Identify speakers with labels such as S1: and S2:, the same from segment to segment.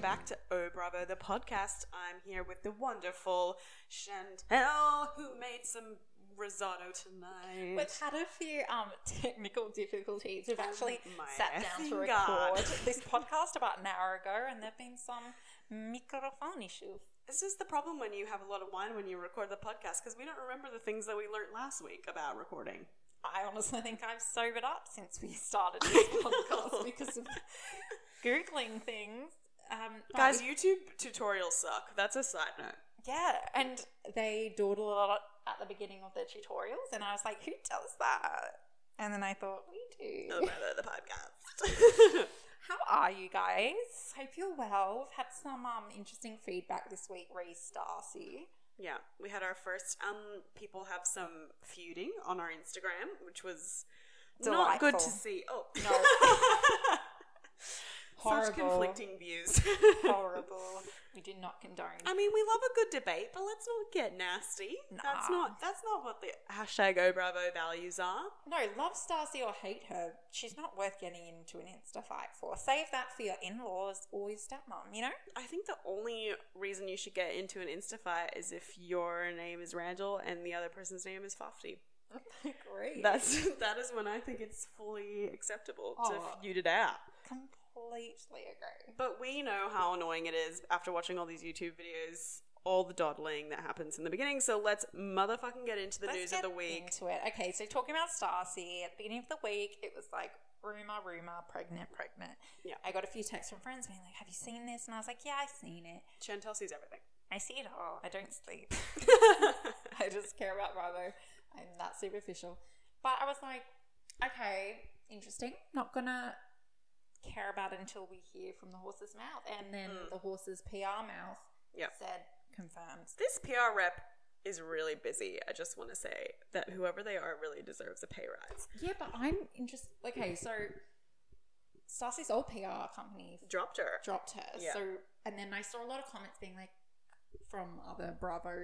S1: back to Oh Bravo, the podcast. I'm here with the wonderful Chantel, who made some risotto tonight.
S2: We've had a few um, technical difficulties. We've
S1: Oh
S2: actually
S1: my
S2: sat down to
S1: effing
S2: record
S1: God.
S2: this podcast about an hour ago, and there have been some microphone issues.
S1: this is the problem when you have a lot of wine when you record the podcast because we don't remember the things that we learnt last week about recording.
S2: I honestly think I've sobered up since we started this podcast because of googling things. Um, but
S1: Guys,
S2: we-
S1: YouTube tutorials suck. That's a side note.
S2: yeah, and they dawdle a lot at the beginning of their tutorials, and I was like, "Who does that?" And then I thought, "We do."
S1: Oh Bravo, the podcast.
S2: How are you guys? Hope you're well. We've had some um, interesting feedback this week, Reese Darcy.
S1: yeah, we had our first. Um, people have some feuding on our Instagram, which was not good to
S2: Delightful.
S1: see. Oh
S2: No.
S1: Such conflicting views.
S2: horrible. We do not condone.
S1: I mean, we love a good debate, but let's not get nasty. That's
S2: Nah.
S1: not that's not what the hashtag O Bravo values are.
S2: no, love Darcy or hate her, she's not worth getting into an Insta fight for. Save that for your in-laws or your stepmom. You know,
S1: I think the only reason you should get into an Insta fight is if your name is Randall and the other person's name is Fafty.
S2: agree.
S1: That's that is when I think it's fully acceptable
S2: Oh.
S1: to feud it out.
S2: completely agree.
S1: But we know how annoying it is after watching all these YouTube videos, all the dawdling that happens in the beginning. So let's motherfucking get into the
S2: Let's
S1: news
S2: get
S1: of the week.
S2: Into it. Okay, so talking about Stacy at the beginning of the week, it was like rumor, rumor, pregnant, pregnant.
S1: Yeah.
S2: I got a few texts from friends being like, "Have you seen this?" And I was like, "Yeah, I've seen it.
S1: Chantel sees everything.
S2: I see it all. I don't sleep. I just care about Bravo. I'm that superficial." But I was like, "Okay, interesting. Not gonna." Care about it until we hear from the horse's mouth, and then
S1: Mm.
S2: the horse's PR mouth
S1: Yep.
S2: said confirms.
S1: This PR rep is really busy. I just want to say that whoever they are really deserves a pay rise.
S2: Yeah, but I'm interested. Okay, so Stacy's old PR company
S1: Dropped her.
S2: dropped her.
S1: Yeah.
S2: So, and then I saw a lot of comments being like from other Bravo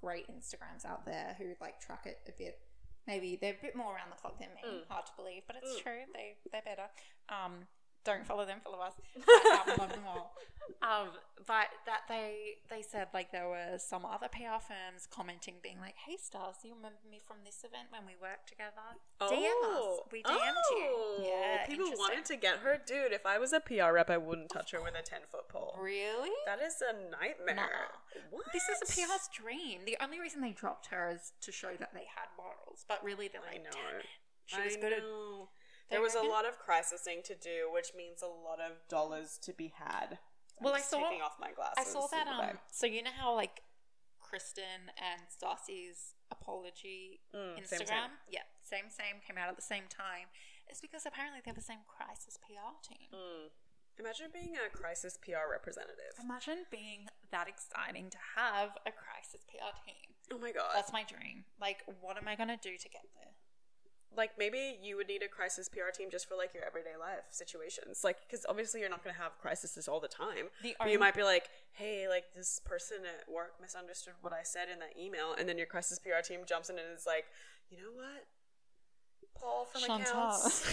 S2: great Instagrams out there who like track it a bit. Maybe they're a bit more around the clock than me.
S1: Mm.
S2: Hard to believe, but it's
S1: Mm.
S2: true. They they're better. Um, don't follow them, follow us. But, um, love them all. Um, but that they they said like there were some other PR firms commenting, being like, "Hey, Stars, do you remember me from this event when we worked together?" DM us. Oh. We DM'd
S1: Oh.
S2: you. Yeah,
S1: people
S2: interesting.
S1: wanted to get her. Dude, if I was a PR rep, I wouldn't touch her with a 10 foot pole.
S2: Really?
S1: That is a nightmare.
S2: Nah.
S1: What?
S2: This is a PR's dream. The only reason they dropped her is to show that they had morals, but really they're
S1: I
S2: like,
S1: know.
S2: damn it. She
S1: I
S2: was good at.
S1: know.
S2: They
S1: There was a
S2: reckon-
S1: lot of crisising to do, which means a lot of dollars to be had. I'm
S2: Well, I
S1: just
S2: saw-
S1: Taking off my glasses.
S2: I saw that.
S1: in the
S2: Um,
S1: back.
S2: so you know how like Kristen and Stassi's apology
S1: Mm,
S2: Instagram,
S1: same, same.
S2: yeah, same same came out at the same time. It's because apparently they have the same crisis PR team.
S1: Mm. Imagine being a crisis PR representative.
S2: Imagine being that exciting to have a crisis PR team.
S1: Oh my god.
S2: That's my dream. Like, what am I gonna do to get there?
S1: like maybe you would need a crisis PR team just for like your everyday life situations. Like cuz obviously you're not going to have crises all the time.
S2: The
S1: But
S2: only-
S1: you might be like, "Hey, like this person at work misunderstood what I said in that email." And then your crisis PR team jumps in and is like, "You know what? Paul from
S2: Chantal.
S1: accounts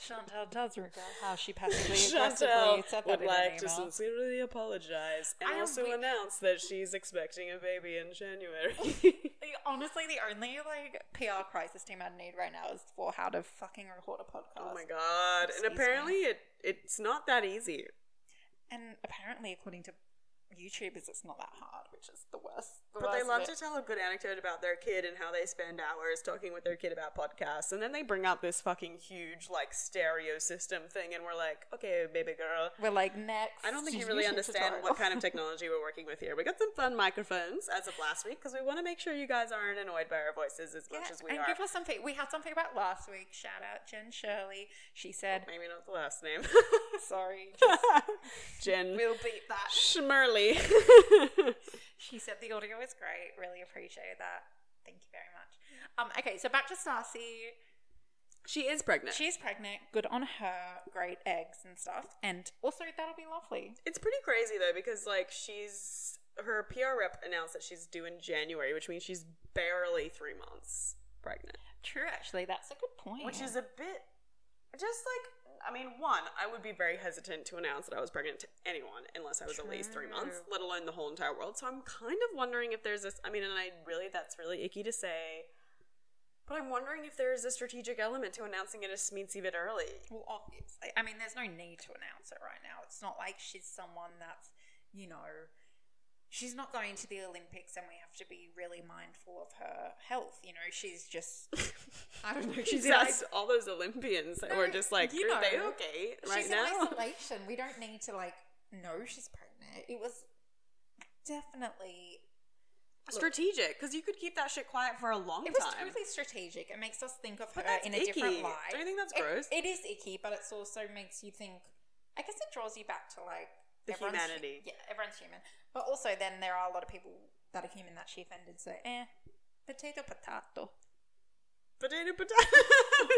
S2: Chantel does regret how she passively aggressively
S1: Chantel
S2: said that
S1: would
S2: in
S1: like
S2: an
S1: to
S2: email.
S1: sincerely apologize and
S2: I
S1: also
S2: wi-
S1: announce that she's expecting a baby in January."
S2: The- Honestly, the only like PR crisis team I'd need right now is for how to fucking record a podcast.
S1: oh my god.
S2: Excuse
S1: And
S2: me.
S1: apparently it it's not that easy.
S2: And apparently, according to YouTubers, it's not that hard, which is the worst. the
S1: But they
S2: worst
S1: love
S2: bit.
S1: to tell a good anecdote about their kid and how they spend hours talking with their kid about podcasts. And then they bring up this fucking huge, like, stereo system thing. And we're like, okay, baby girl.
S2: We're like next.
S1: I don't think you really
S2: YouTube
S1: understand
S2: tutorial.
S1: what kind of technology we're working with here. We got some fun microphones as of last week because we want to make sure you guys aren't annoyed by our voices as
S2: Yeah,
S1: much as we
S2: and
S1: are.
S2: give us some feedback. We had some feedback last week. Shout out Jen Shirley. She said,
S1: Maybe not the last name.
S2: "Sorry, just,
S1: Jen
S2: we'll beat that."
S1: Schmerly.
S2: She said the audio is great. Really appreciate that. Thank you very much. Um, okay, so back to Stacy.
S1: she is pregnant.
S2: She's pregnant. Good on her. Great eggs and stuff. And also, that'll be lovely.
S1: It's pretty crazy though because like she's her PR rep announced that she's due in January, which means she's barely three months pregnant,
S2: True, actually, that's a good point.
S1: which is a bit just like I mean, one, I would be very hesitant to announce that I was pregnant to anyone unless I was at least three months,
S2: True.
S1: let alone the whole entire world. So I'm kind of wondering if there's this. I mean, and I really, that's really icky to say, but I'm wondering if there is a strategic element to announcing it a smeetsy bit early.
S2: Well, obviously, I mean, there's no need to announce it right now. It's not like she's someone that's, you know, she's not going to the Olympics, and we have to be really mindful of her health. You know, she's just, I don't know, she's in
S1: That's all those Olympians that were
S2: No,
S1: just like,
S2: you
S1: are they
S2: know,
S1: okay
S2: is-
S1: right
S2: she's
S1: now?
S2: in isolation. We don't need to like know she's pregnant. It was definitely
S1: Strategic, because you could keep that shit quiet for a long
S2: it was
S1: time.
S2: totally strategic. It makes us think of her
S1: But that's
S2: in a different
S1: icky.
S2: light.
S1: Don't you think that's
S2: It-
S1: gross?
S2: it is icky, but it's also makes you think. I guess it draws you back to like
S1: The
S2: everyone's hu-
S1: humanity.
S2: yeah, everyone's human, but also then there are a lot of people that are human that she offended. So eh, potato potato.
S1: Potato, potato.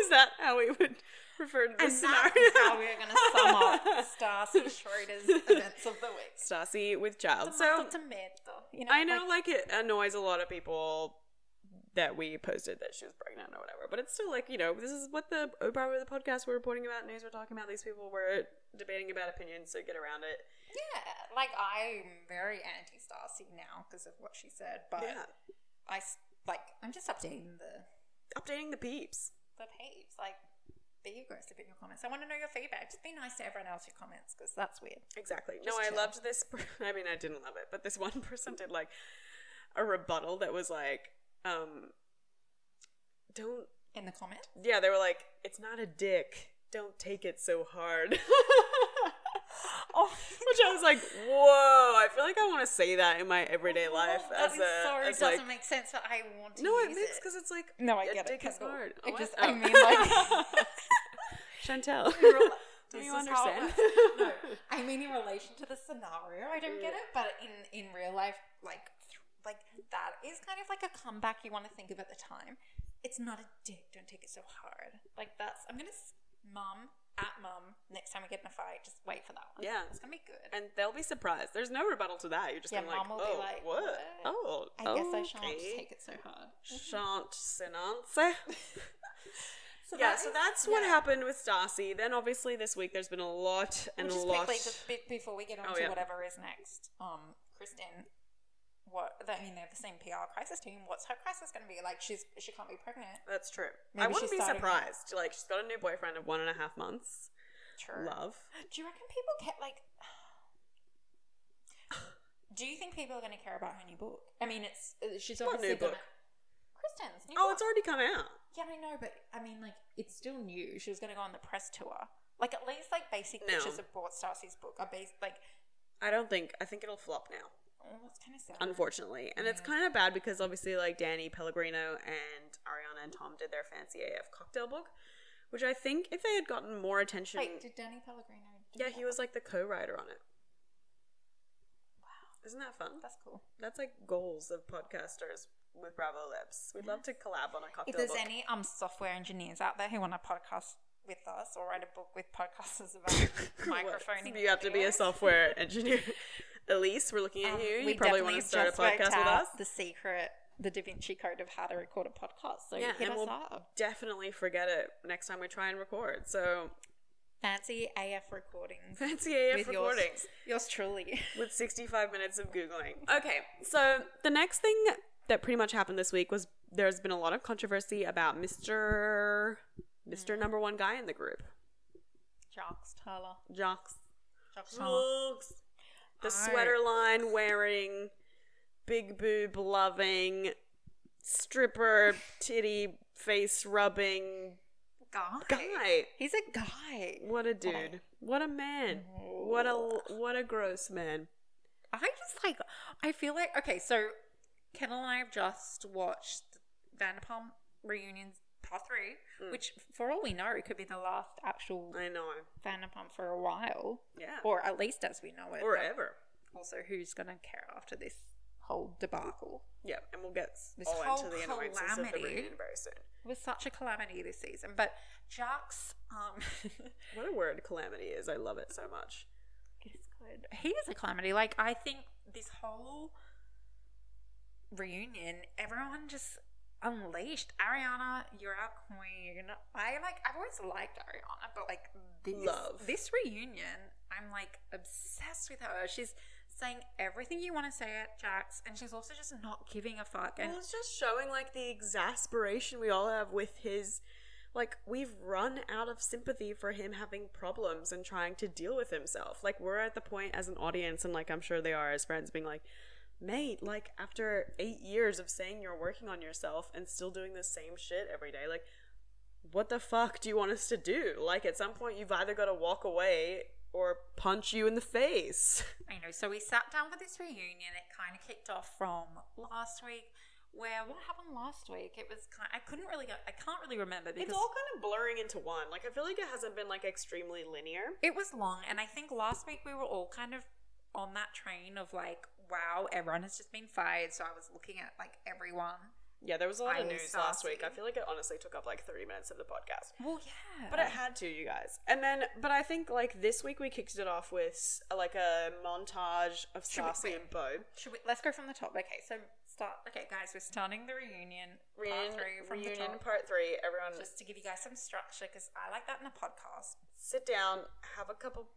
S1: is that how we would refer to
S2: And
S1: this
S2: that
S1: scenario?
S2: is how we're going to sum up Stacy Schroeder's events of the week.
S1: Stassi with child. So
S2: Tomato, tomato. You know,
S1: I know, like, it annoys a lot of people that we posted that she was pregnant or whatever, but it's still like, you know, this is what the Oprah with the podcast we're reporting about, news we're talking about. These people were debating about opinions, so get around it.
S2: yeah, like I'm very anti Stacy now because of what she said, but
S1: yeah,
S2: I s- like I'm just updating the
S1: updating the peeps.
S2: the page. Like, be aggressive in your comments. I want to know your feedback. Just be nice to everyone else who comments because that's weird.
S1: Exactly.
S2: Just
S1: no, I
S2: chill.
S1: loved this. per- I mean, I didn't love it, but this one person did like a rebuttal that was like, um, don't
S2: In the comment,
S1: Yeah, they were like, it's not a dick. Don't take it so hard.
S2: oh,
S1: Which I was like, whoa, I feel like I want to say that in my everyday life
S2: Oh, That
S1: as
S2: is
S1: a
S2: sorry,
S1: as
S2: doesn't
S1: like
S2: make sense, but I want to.
S1: No, it
S2: use
S1: makes
S2: it.
S1: because it's like
S2: No, I
S1: a
S2: get it.
S1: dick is
S2: Kendall.
S1: hard.
S2: It
S1: What?
S2: just,
S1: Oh.
S2: I mean, like,
S1: Chantel.
S2: rela-
S1: Do
S2: this
S1: you
S2: is how it
S1: understand?
S2: works. No, I mean in relation to the scenario, I don't get it. But in in real life, like th- like that is kind of like a comeback you want to think of at the time. It's not a dick. Don't take it so hard. Like that's I'm gonna s- mum at mum next time we get in a fight. Just wait for that one.
S1: Yeah.
S2: it's gonna be good.
S1: And they'll be surprised. There's no rebuttal to that. You're just
S2: Yeah,
S1: gonna like,
S2: Mom will
S1: oh,
S2: be like,
S1: what?
S2: "What?"
S1: Oh,
S2: I guess I shan't
S1: okay.
S2: take it so hard.
S1: Shan't Sinance.
S2: So
S1: yeah,
S2: that
S1: so
S2: is-
S1: that's what
S2: yeah.
S1: happened with Stassi. Then obviously this week there's been a lot and a
S2: Well, just
S1: lot.
S2: quickly, just be- before we get on
S1: Oh,
S2: to
S1: yeah.
S2: whatever is next, um, Kristen, what? I mean, they have the same PR crisis team. What's her crisis going to be? Like, she's she can't be pregnant.
S1: That's true. I
S2: Maybe
S1: wouldn't
S2: she's
S1: be
S2: starting-
S1: surprised. Like she's got a new boyfriend of one and a half months.
S2: True.
S1: Love.
S2: Do you reckon people get like? Do you think people are going to care about her new book? I mean, it's uh, she's
S1: What
S2: obviously
S1: new book?
S2: gonna- Kristen's new
S1: Oh,
S2: book.
S1: it's already come out.
S2: Yeah, I know, but I mean, like, it's still new. She was going to go on the press tour. Like, at least like basic
S1: No.
S2: pictures of Bort Stacy's book are based like.
S1: I don't think. I think it'll flop now,
S2: Oh, that's kind of sad.
S1: unfortunately. And
S2: Mm-hmm.
S1: it's kind of bad because obviously, like Danny Pellegrino and Ariana and Tom did their fancy AF cocktail book, which I think if they had gotten more attention,
S2: Wait, did Danny Pellegrino? Do
S1: yeah,
S2: that?
S1: he was like the co-writer on it.
S2: Wow.
S1: Isn't that fun?
S2: That's cool.
S1: That's like goals of podcasters with Bravo Lips. We'd love to collab on a cocktail
S2: If there's
S1: book.
S2: any um software engineers out there who want to podcast with us or write a book with podcasters about microphoning,
S1: You have to be a
S2: videos,
S1: software engineer. Elise, we're looking at
S2: um,
S1: you. You
S2: we
S1: probably want to
S2: definitely
S1: start a
S2: just worked
S1: podcast with
S2: out
S1: us.
S2: The secret, the Da Vinci Code of how to record a podcast. So
S1: Yeah,
S2: hit
S1: and
S2: us
S1: we'll-
S2: up.
S1: Definitely forget it next time we try and record. So
S2: Fancy AF recordings.
S1: fancy AF
S2: With yours-
S1: recordings
S2: Yours truly.
S1: with 65 minutes of Googling. Okay, so the next thing that pretty much happened this week was there's been a lot of controversy about Mr. Mr. Number One Guy in the group,
S2: Jocks Tyler.
S1: Jocks.
S2: Jocks Tyler.
S1: Jocks. The
S2: I-
S1: sweater line wearing, big boob loving, stripper titty face rubbing
S2: Guy.
S1: guy.
S2: He's a guy.
S1: What a dude. What a man. What a what a gross man.
S2: I just like I feel like okay, so Ken and I have just watched Vanderpump reunions part three, which for all we know could be the last actual
S1: I know.
S2: Vanderpump for a while,
S1: Mm. Yeah. Or,
S2: or at least as we know it. but
S1: ever.
S2: also, who's gonna care after this whole debacle?
S1: Yeah, and we'll get s-
S2: This
S1: all
S2: whole
S1: into the annoyances of the
S2: calamity.
S1: reunion very soon.
S2: It was such a calamity this season, but Jax, um,
S1: What a word calamity is. I love it so much.
S2: It's good. He is a calamity. Like I think this whole reunion, everyone just unleashed Ariana. You're our queen. I like. I've always liked Ariana, but like this
S1: Love.
S2: this reunion, I'm like obsessed with her. She's saying everything you want to say at Jax, and she's also just not giving a fuck. And
S1: Well, it's just showing like the exasperation we all have with his. Like we've run out of sympathy for him having problems and trying to deal with himself. Like we're at the point as an audience, and like I'm sure they are as friends, being like, "Mate, like after eight years of saying you're working on yourself and still doing the same shit every day, like." What the fuck do you want us to do? Like, at some point, you've either got to walk away or punch you in the face.
S2: I know. So we sat down for this reunion. It kind of kicked off from last week. Where what happened last week? It was kind. I couldn't really. I can't really remember because
S1: It's all kind of blurring into one. Like, I feel like it hasn't been like extremely linear.
S2: It was long, and I think last week we were all kind of on that train of like, wow, everyone has just been fired. So I was looking at like everyone.
S1: Yeah, there was a lot
S2: I
S1: of news
S2: saw
S1: last week. I
S2: something.
S1: feel like it honestly took up like 30 minutes of the podcast.
S2: Well, yeah,
S1: But it had to, you guys. And then, but I think like this week we kicked it off with uh, like a montage of
S2: Should we-
S1: Sassy and Bo.
S2: should we, let's go from the top. Okay, so start. Okay, guys, we're starting the reunion.
S1: Reunion,
S2: part three from
S1: reunion
S2: the top.
S1: part three. Everyone just
S2: just to give you guys some structure, because I like that in a podcast.
S1: sit down, have a cup of,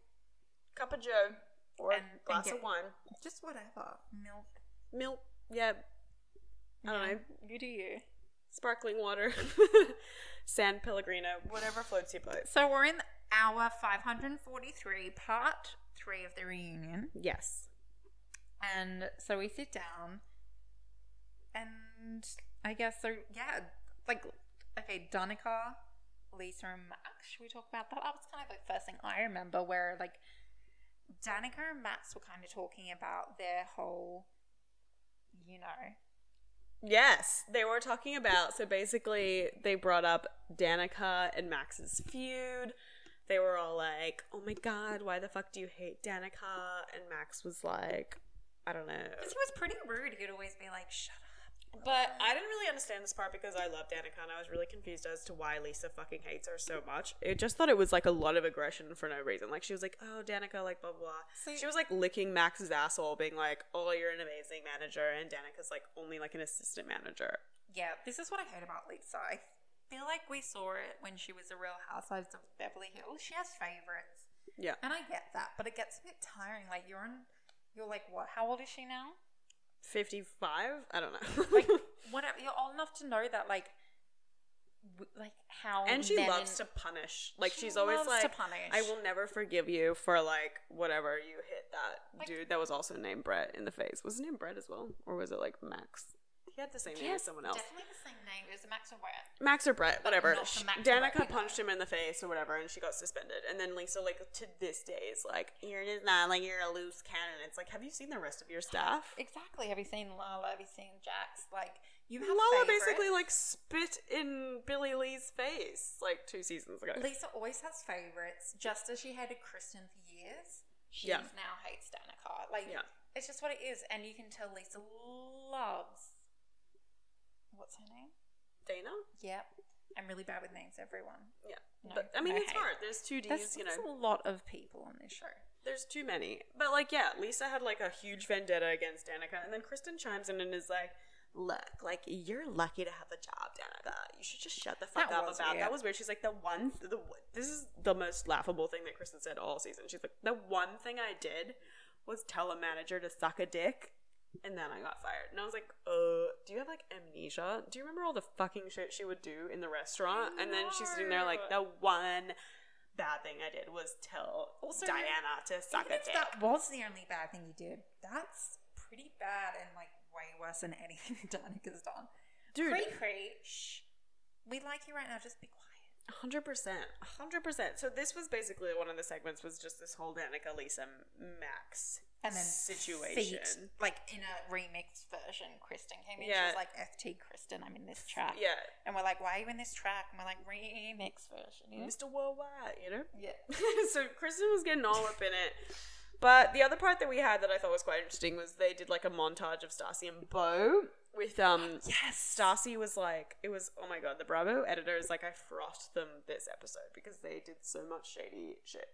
S1: cup of Joe or
S2: And- and
S1: a glass
S2: get-
S1: of wine.
S2: Just whatever milk.
S1: Milk. Yeah. I don't know.
S2: You do you.
S1: Sparkling water. San Pellegrino. Whatever floats your boat.
S2: So we're in hour five hundred forty-three, part three of the reunion.
S1: Yes.
S2: And so we sit down, and I guess so. Yeah, like okay, Donica, Lisa, and Max. Should we talk about that? That was kind of like first thing I remember, where like Danica and Max were kind of talking about their whole, you know,
S1: Yes, they were talking about. So basically, they brought up Danica and Max's feud. They were all like, "Oh my god, why the fuck do you hate Danica?" And Max was like, "I don't know."
S2: because he was pretty rude. He'd always be like, "Shut up."
S1: But I didn't really understand this part because I love Danica and I was really confused as to why Lisa fucking hates her so much. It just thought it was like a lot of aggression for no reason. Like she was like, "Oh, Danica, like blah blah." blah.
S2: See-
S1: she was like licking Max's asshole, being like, "Oh, you're an amazing manager," and Danica's like only like an assistant manager.
S2: yeah, this is what I heard about Lisa. I feel like we saw it when she was a Real Housewives of Beverly Hills. She has favorites.
S1: Yeah.
S2: And I get that, but it gets a bit tiring. Like you're in, you're like what? How old is she now?
S1: 55 i don't know
S2: Like whatever. You're old enough to know that like, w- like how.
S1: and she
S2: men-
S1: loves to punish like
S2: She
S1: she's always
S2: loves
S1: like
S2: to punish.
S1: i will never forgive you for like whatever you hit that
S2: Like-
S1: dude that was also named brett in the face was his name brett as well or was it like max he had the same name as
S2: Yes,
S1: someone else
S2: Definitely the same name. It was Max and Wyatt.
S1: max or brett whatever
S2: not the
S1: She-
S2: Max or Brett
S1: danica
S2: we know.
S1: punched him in the face or whatever and she got suspended and then lisa like to this day is like you're just not like you're a loose cannon it's like have you seen the rest of your staff
S2: Exactly. Have you seen Lala? Have you seen Jax? Like you have.
S1: Lala
S2: favorites.
S1: basically like spit in Billy Lee's face like two seasons ago.
S2: Lisa always has favorites, just as she hated Kristen for years. She
S1: Yeah.
S2: now hates Danica. Like,
S1: Yeah.
S2: it's just what it is. And you can tell Lisa loves. What's her name?
S1: Dana?
S2: Yep. I'm really bad with names, everyone.
S1: Yeah.
S2: No,
S1: but I mean,
S2: no
S1: it's
S2: hate.
S1: hard. There's two D's,
S2: There's,
S1: you know.
S2: there's a lot of people on this show.
S1: There's too many. But like, yeah, Lisa had like a huge vendetta against Danica, and then Kristen chimes in and is like, "Look, like you're lucky to have a job, Danica. You should just shut the fuck
S2: That
S1: up
S2: was
S1: about
S2: weird.
S1: that." Was weird. She's like, "The one, th- the w- this is the most laughable thing that Kristen said all season." She's like, "The one thing I did was tell a manager to suck a dick." And then I got fired. And I was like, uh, do you have like amnesia? Do you remember all the fucking shit she would do in the restaurant? And then she's sitting there like, the one bad thing I did was tell
S2: Also,
S1: Diana to suck
S2: Even
S1: a
S2: if
S1: dick.
S2: that was the only bad thing you did, that's pretty bad and like way worse than anything Danica's done.
S1: Dude,
S2: Cree Cree, shh. We like you right now, just be quiet.
S1: hundred percent, hundred percent. So this was basically one of the segments was just this whole Danica Lisa Max
S2: and then
S1: situation.
S2: feet, like in a remix version, Kristen came in.
S1: Yeah.
S2: She was like, "FT Kristen, I'm in this track."
S1: Yeah,
S2: and we're like, "Why are you in this track?" And we're like, "Remix version." you know?
S1: Mr. Worldwide, you know.
S2: Yeah,
S1: so Kristen was getting all up in it. But the other part that we had that I thought was quite interesting was they did like a montage of Stassi and Bo with um
S2: yes,
S1: Stassi was like, it was, oh my god, the Bravo editor is like, I frothed them this episode because they did so much shady shit.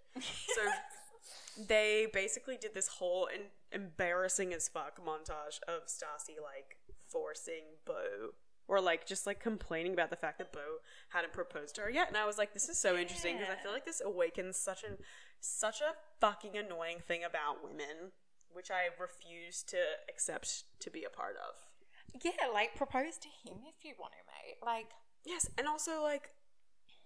S1: So they basically did this whole en- embarrassing as fuck montage of Stassi like forcing Bo or like just like complaining about the fact that Bo hadn't proposed to her yet. And I was like, this is so interesting because I feel like this awakens such an such a fucking annoying thing about women, which I refuse to accept to be a part of.
S2: Yeah, like propose to him if you want to, mate. Like,
S1: Yes, and also like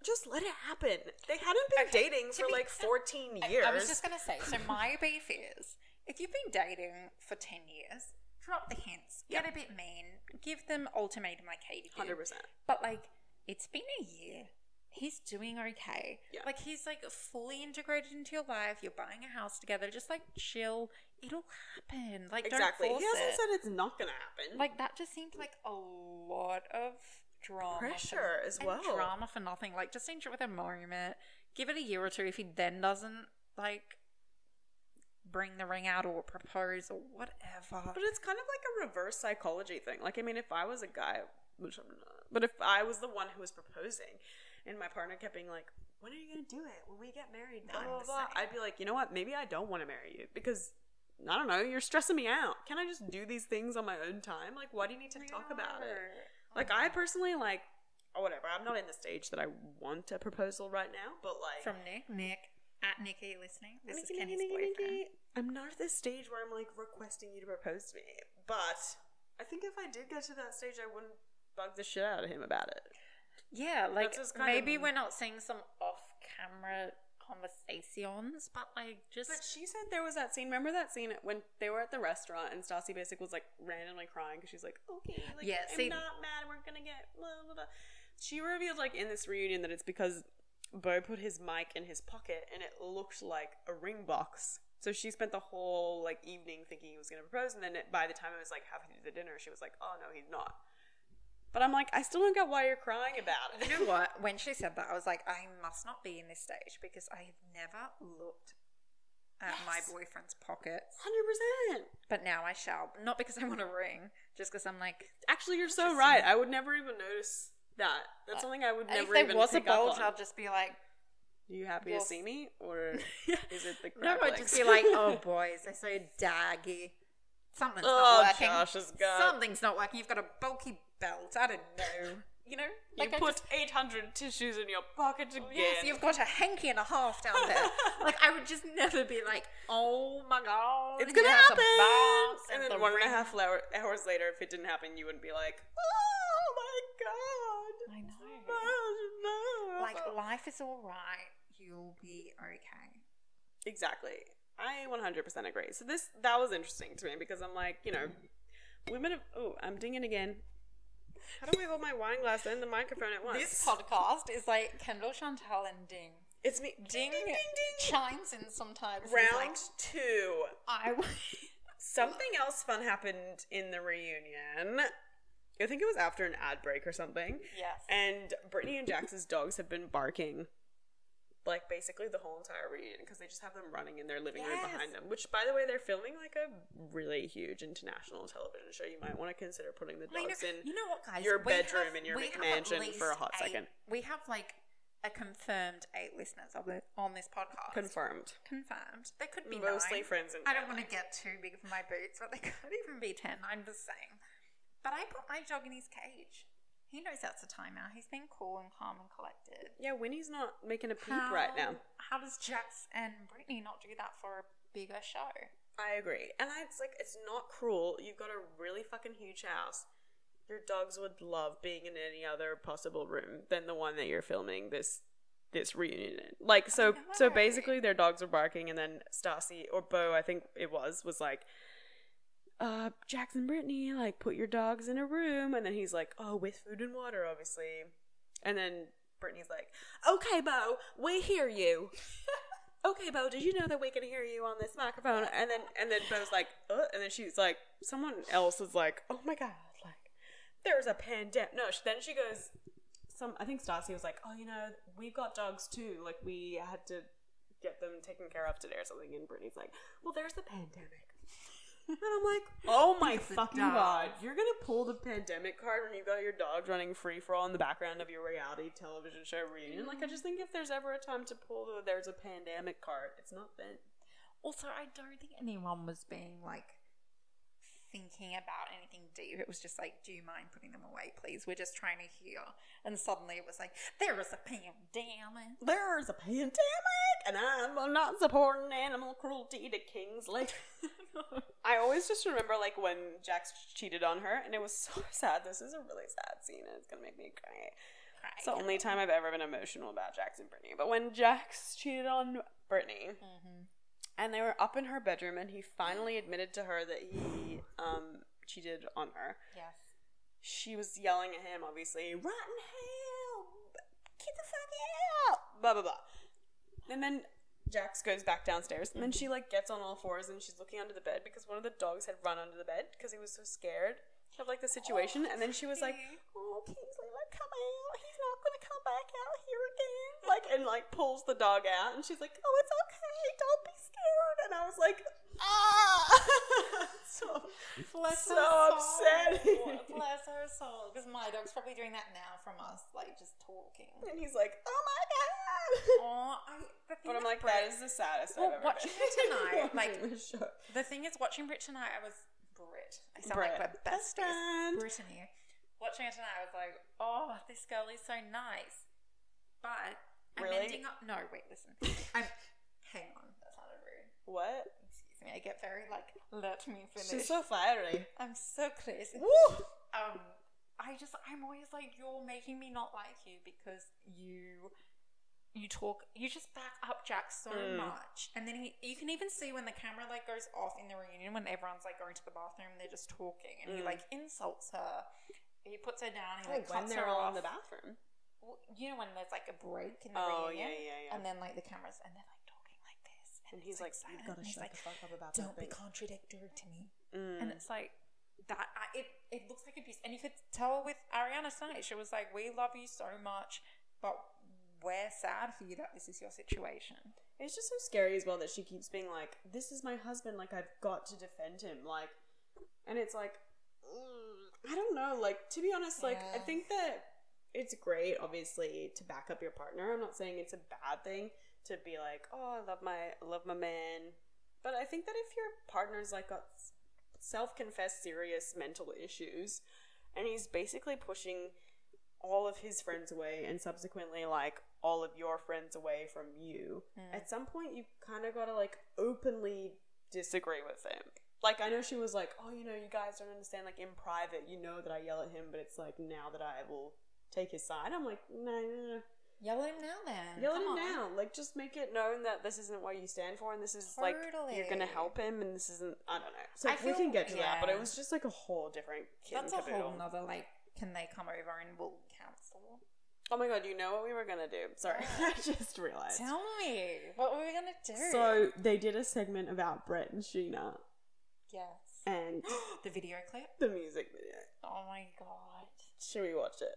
S1: just let it happen. They hadn't been
S2: Okay,
S1: dating
S2: to
S1: for
S2: be-
S1: like 14
S2: I-
S1: years.
S2: I was just gonna say. So my beef is, if you've been dating for ten years, drop the hints, get a bit mean, give them ultimatum like Katie did.
S1: 100%.
S2: But like, it's been a year. He's doing okay.
S1: Yeah.
S2: Like he's like fully integrated into your life. You're buying a house together. Just like chill. It'll happen. Like
S1: Exactly.
S2: Don't
S1: He
S2: force
S1: hasn't
S2: it.
S1: said it's not going to happen.
S2: like that just seemed like a lot of drama, for-
S1: Pressure as
S2: and
S1: well.
S2: drama for nothing. Like just enjoy the moment. Give it a year or two. If he then doesn't like bring the ring out or propose or whatever,
S1: But it's kind of like a reverse psychology thing. Like, I mean, if I was a guy, which I'm not, but if I was the one who was proposing and my partner kept being like, when are you going to do it? When we get married, blah,
S2: I'm
S1: blah,
S2: the
S1: blah.
S2: same.
S1: I'd be like, you know what? Maybe I don't want to marry you because, I don't know, you're stressing me out. Can I just do these things on my own time? Like, why do you need to
S2: Oh
S1: talk about it? Like, I personally, like, or whatever, I'm not in the stage that I want a proposal right now, but like,
S2: from Nick. Nick at Nick, are you listening? This
S1: Nikki,
S2: is Kenny's
S1: Nikki, Nikki,
S2: boyfriend.
S1: Nikki. I'm not at this stage where I'm like requesting you to propose to me, but I think if I did get to that stage, I wouldn't bug the shit out of him about it.
S2: Yeah, like
S1: That's just kind
S2: maybe
S1: of-
S2: we're not seeing some off-camera conversations, but like just
S1: But she said there was that scene. Remember that scene when they were at the restaurant and Stassi basically was like randomly crying because she's like, "Okay, like,
S2: Yeah,
S1: I'm
S2: see-
S1: not mad. We're gonna get blah blah blah." She revealed like in this reunion that it's because Bo put his mic in his pocket and it looked like a ring box. So she spent the whole like evening thinking he was gonna propose, and then it, by the time it was like halfway through the dinner, she was like, "Oh no, he's not." But I'm like, I still don't get why you're crying about it.
S2: You know what? When she said that, I was like, I must not be in this stage because I have never looked at my
S1: Yes.
S2: boyfriend's pockets.
S1: Hundred percent.
S2: But now I shall. Not because I want a ring, just because I'm like,
S1: Actually, you're so
S2: Interesting.
S1: right. I would never even notice that. That's
S2: Uh,
S1: something I would
S2: and
S1: never
S2: if there
S1: even
S2: was a
S1: pick up
S2: bulge,
S1: on.
S2: I'll just be like,
S1: Are you happy
S2: Yes.
S1: to see me, or is it the
S2: no,
S1: crab
S2: I'd
S1: legs?
S2: just be like, oh, boys, they're so daggy. Something's
S1: Oh,
S2: not working.
S1: Josh has got-
S2: Something's not working. You've got a bulky belt. I don't know. You know,
S1: you
S2: I
S1: put eight hundred tissues in your pocket again.
S2: Yes, you've got a hanky and a half down there. like I would just never be like, oh my god,
S1: it's
S2: you
S1: gonna
S2: have some
S1: happen.
S2: bumps
S1: And then
S2: the
S1: one and a
S2: ring."
S1: half hour, hours later, if it didn't happen, you wouldn't be like, "Oh my god."
S2: I know.
S1: Oh, no."
S2: Like life is all right. You'll be okay.
S1: Exactly. I 100% agree. So this that was interesting to me because I'm like, you know, women have Oh, I'm dinging again. How do I hold my wine glass and the microphone at once?
S2: This podcast is like Kendall, Chantel, and Ding.
S1: it's me.
S2: Ding, chimes in sometimes. He's like,
S1: Round 2.
S2: I.
S1: Something else fun happened in the reunion. I think it was after an ad break or something.
S2: yes.
S1: And Brittany and Jax's dogs have been barking like basically the whole entire reunion because they just have them running in their living room
S2: Yes.
S1: behind them. Which, by the way, they're filming like a really huge international television show. You might want to consider putting the
S2: I know-
S1: dogs in.
S2: you know what, guys?
S1: your
S2: We
S1: bedroom
S2: have-
S1: in your
S2: we have at
S1: mansion for a
S2: least
S1: hot
S2: eight-
S1: second.
S2: We have like a confirmed eight listeners of the, on this podcast.
S1: Confirmed.
S2: confirmed. They could be
S1: Mostly
S2: nine.
S1: friends and
S2: I don't want
S1: family.
S2: to get too big for my boots, but they could even be ten. I'm just saying. But I put my dog in his cage. He knows that's a timeout. He's been cool and calm and collected.
S1: Yeah, Winnie's not making a peep right now.
S2: How does Jax and Brittany not do that for a bigger show?
S1: I agree. And I, it's like, it's not cruel. You've got a really fucking huge house. Your dogs would love being in any other possible room than the one that you're filming this this reunion in. Like so so
S2: know.
S1: basically their dogs were barking and then Stassi or Bo, I think it was, was like uh Jackson Brittany, like put your dogs in a room and then he's like, Oh, with food and water, obviously. And then Brittany's like, Okay, Bo, we hear you. okay, Bo, did you know that we can hear you on this microphone? And then and then Bo's like, uh, and then she's like, someone else is like, oh my god, like there's a pandemic. No, she, then she goes, some I think Stassi was like, oh, you know, we've got dogs too. Like we had to get them taken care of today or something. And Brittany's like, well, there's the pandemic. And I'm like, oh my
S2: It's a
S1: fucking
S2: dog.
S1: god, you're gonna pull the pandemic card when you've got your dog running free for all in the background of your reality television show reunion. Like, I just think if there's ever a time to pull the there's a pandemic card, it's not then.
S2: Also, I don't think anyone was being like thinking about anything deep. It was just like, do you mind putting them away, please? We're just trying to hear. And suddenly it was like, there is a pandemic.
S1: There's a pandemic, and I'm not supporting animal cruelty to Kingsley. I always just remember like when Jax cheated on her, and it was so sad. This is a really sad scene, and it's gonna make me cry. It's the only time I've ever been emotional about Jax and Brittany. But when Jax cheated on Brittany,
S2: Mm-hmm.
S1: and they were up in her bedroom, and he finally admitted to her that he um, cheated on her.
S2: Yes.
S1: She was yelling at him, obviously, "Rotten hell, get the fuck out!" Blah blah blah. And then Jax goes back downstairs, and then she like gets on all fours and she's looking under the bed because one of the dogs had run under the bed because he was so scared of like the situation. and then she was like, "Oh, Kingsley, like come out! He's not gonna come back out here again!" Like and like pulls the dog out, and she's like, "Oh, it's okay. Don't be scared." And I was like, "Ah!" so
S2: Bless
S1: So
S2: her soul.
S1: upsetting.
S2: Bless her soul. Because my dog's probably doing that now from us, like just talking.
S1: And he's like, "Oh my god!"
S2: Oh, I, the thing
S1: But I'm
S2: with
S1: like, that
S2: Brit-
S1: is the saddest
S2: Well,
S1: I've ever
S2: watching it tonight, like-
S1: sure.
S2: the thing is watching Brit tonight. I was Brit. I sound like we're
S1: best
S2: besties.
S1: friend.
S2: Brittany. Watching it tonight, I was like, oh, this girl is so nice. But I'm
S1: Really?
S2: ending up. No, wait, listen. I'm. Hang on, that sounded rude.
S1: What?
S2: Excuse me. I get very like, let me
S1: She's
S2: finish.
S1: so fiery.
S2: I'm so crazy.
S1: Woo!
S2: um, I just I'm always like you're making me not like you because you you talk you just back up Jack so
S1: Mm.
S2: much, and then he, you can even see when the camera like goes off in the reunion when everyone's like going to the bathroom, they're just talking, and he
S1: Mm.
S2: like insults her. He puts her down. He
S1: Like
S2: like
S1: when
S2: cuts
S1: they're
S2: her
S1: all
S2: off.
S1: in the bathroom.
S2: Well, you know when there's like a break in the
S1: Oh yeah,
S2: reunion,
S1: yeah, yeah.
S2: and then like the cameras and they're like talking like this,
S1: And he's
S2: it's,
S1: like,
S2: silent,
S1: "You've got to
S2: and he's
S1: shut
S2: like,
S1: the fuck up about
S2: don't
S1: that." thing."
S2: be contradictory to me
S1: Mm.
S2: and it's like that I, it it looks like abuse and you could tell with ariana tonight she was like we love you so much but we're sad for you that this is your situation
S1: It's just so scary as well that she keeps being like, "This is my husband. Like I've got to defend him." Like, and it's like, mm, I don't know. Like to be honest, like I
S2: Yeah.
S1: think that it's great, obviously, to back up your partner. I'm not saying it's a bad thing to be like, "Oh, I love my I love my man," but I think that if your partner's like got self confessed serious mental issues, and he's basically pushing all of his friends away and subsequently like all of your friends away from you at some point you kind of got to like openly disagree with him like i know she was like oh you know you guys don't understand like in private you know that i yell at him but it's like now that i will take his side i'm like no no
S2: yell at him now then
S1: no yell at
S2: Come
S1: him
S2: on.
S1: now like just make it known that this isn't what you stand for and this is like you're gonna
S2: Totally.
S1: help him and this isn't i don't know so
S2: I
S1: we
S2: feel-
S1: can get to that but it
S2: yeah.
S1: was just like a whole different kid
S2: that's a whole nother like can they come over and we'll counsel
S1: oh my god you know what we were gonna do sorry i just realized
S2: tell me what were we gonna do
S1: so they did a segment about brett and sheena
S2: yes
S1: and
S2: the video clip
S1: the music video
S2: oh my god
S1: Should we watch it?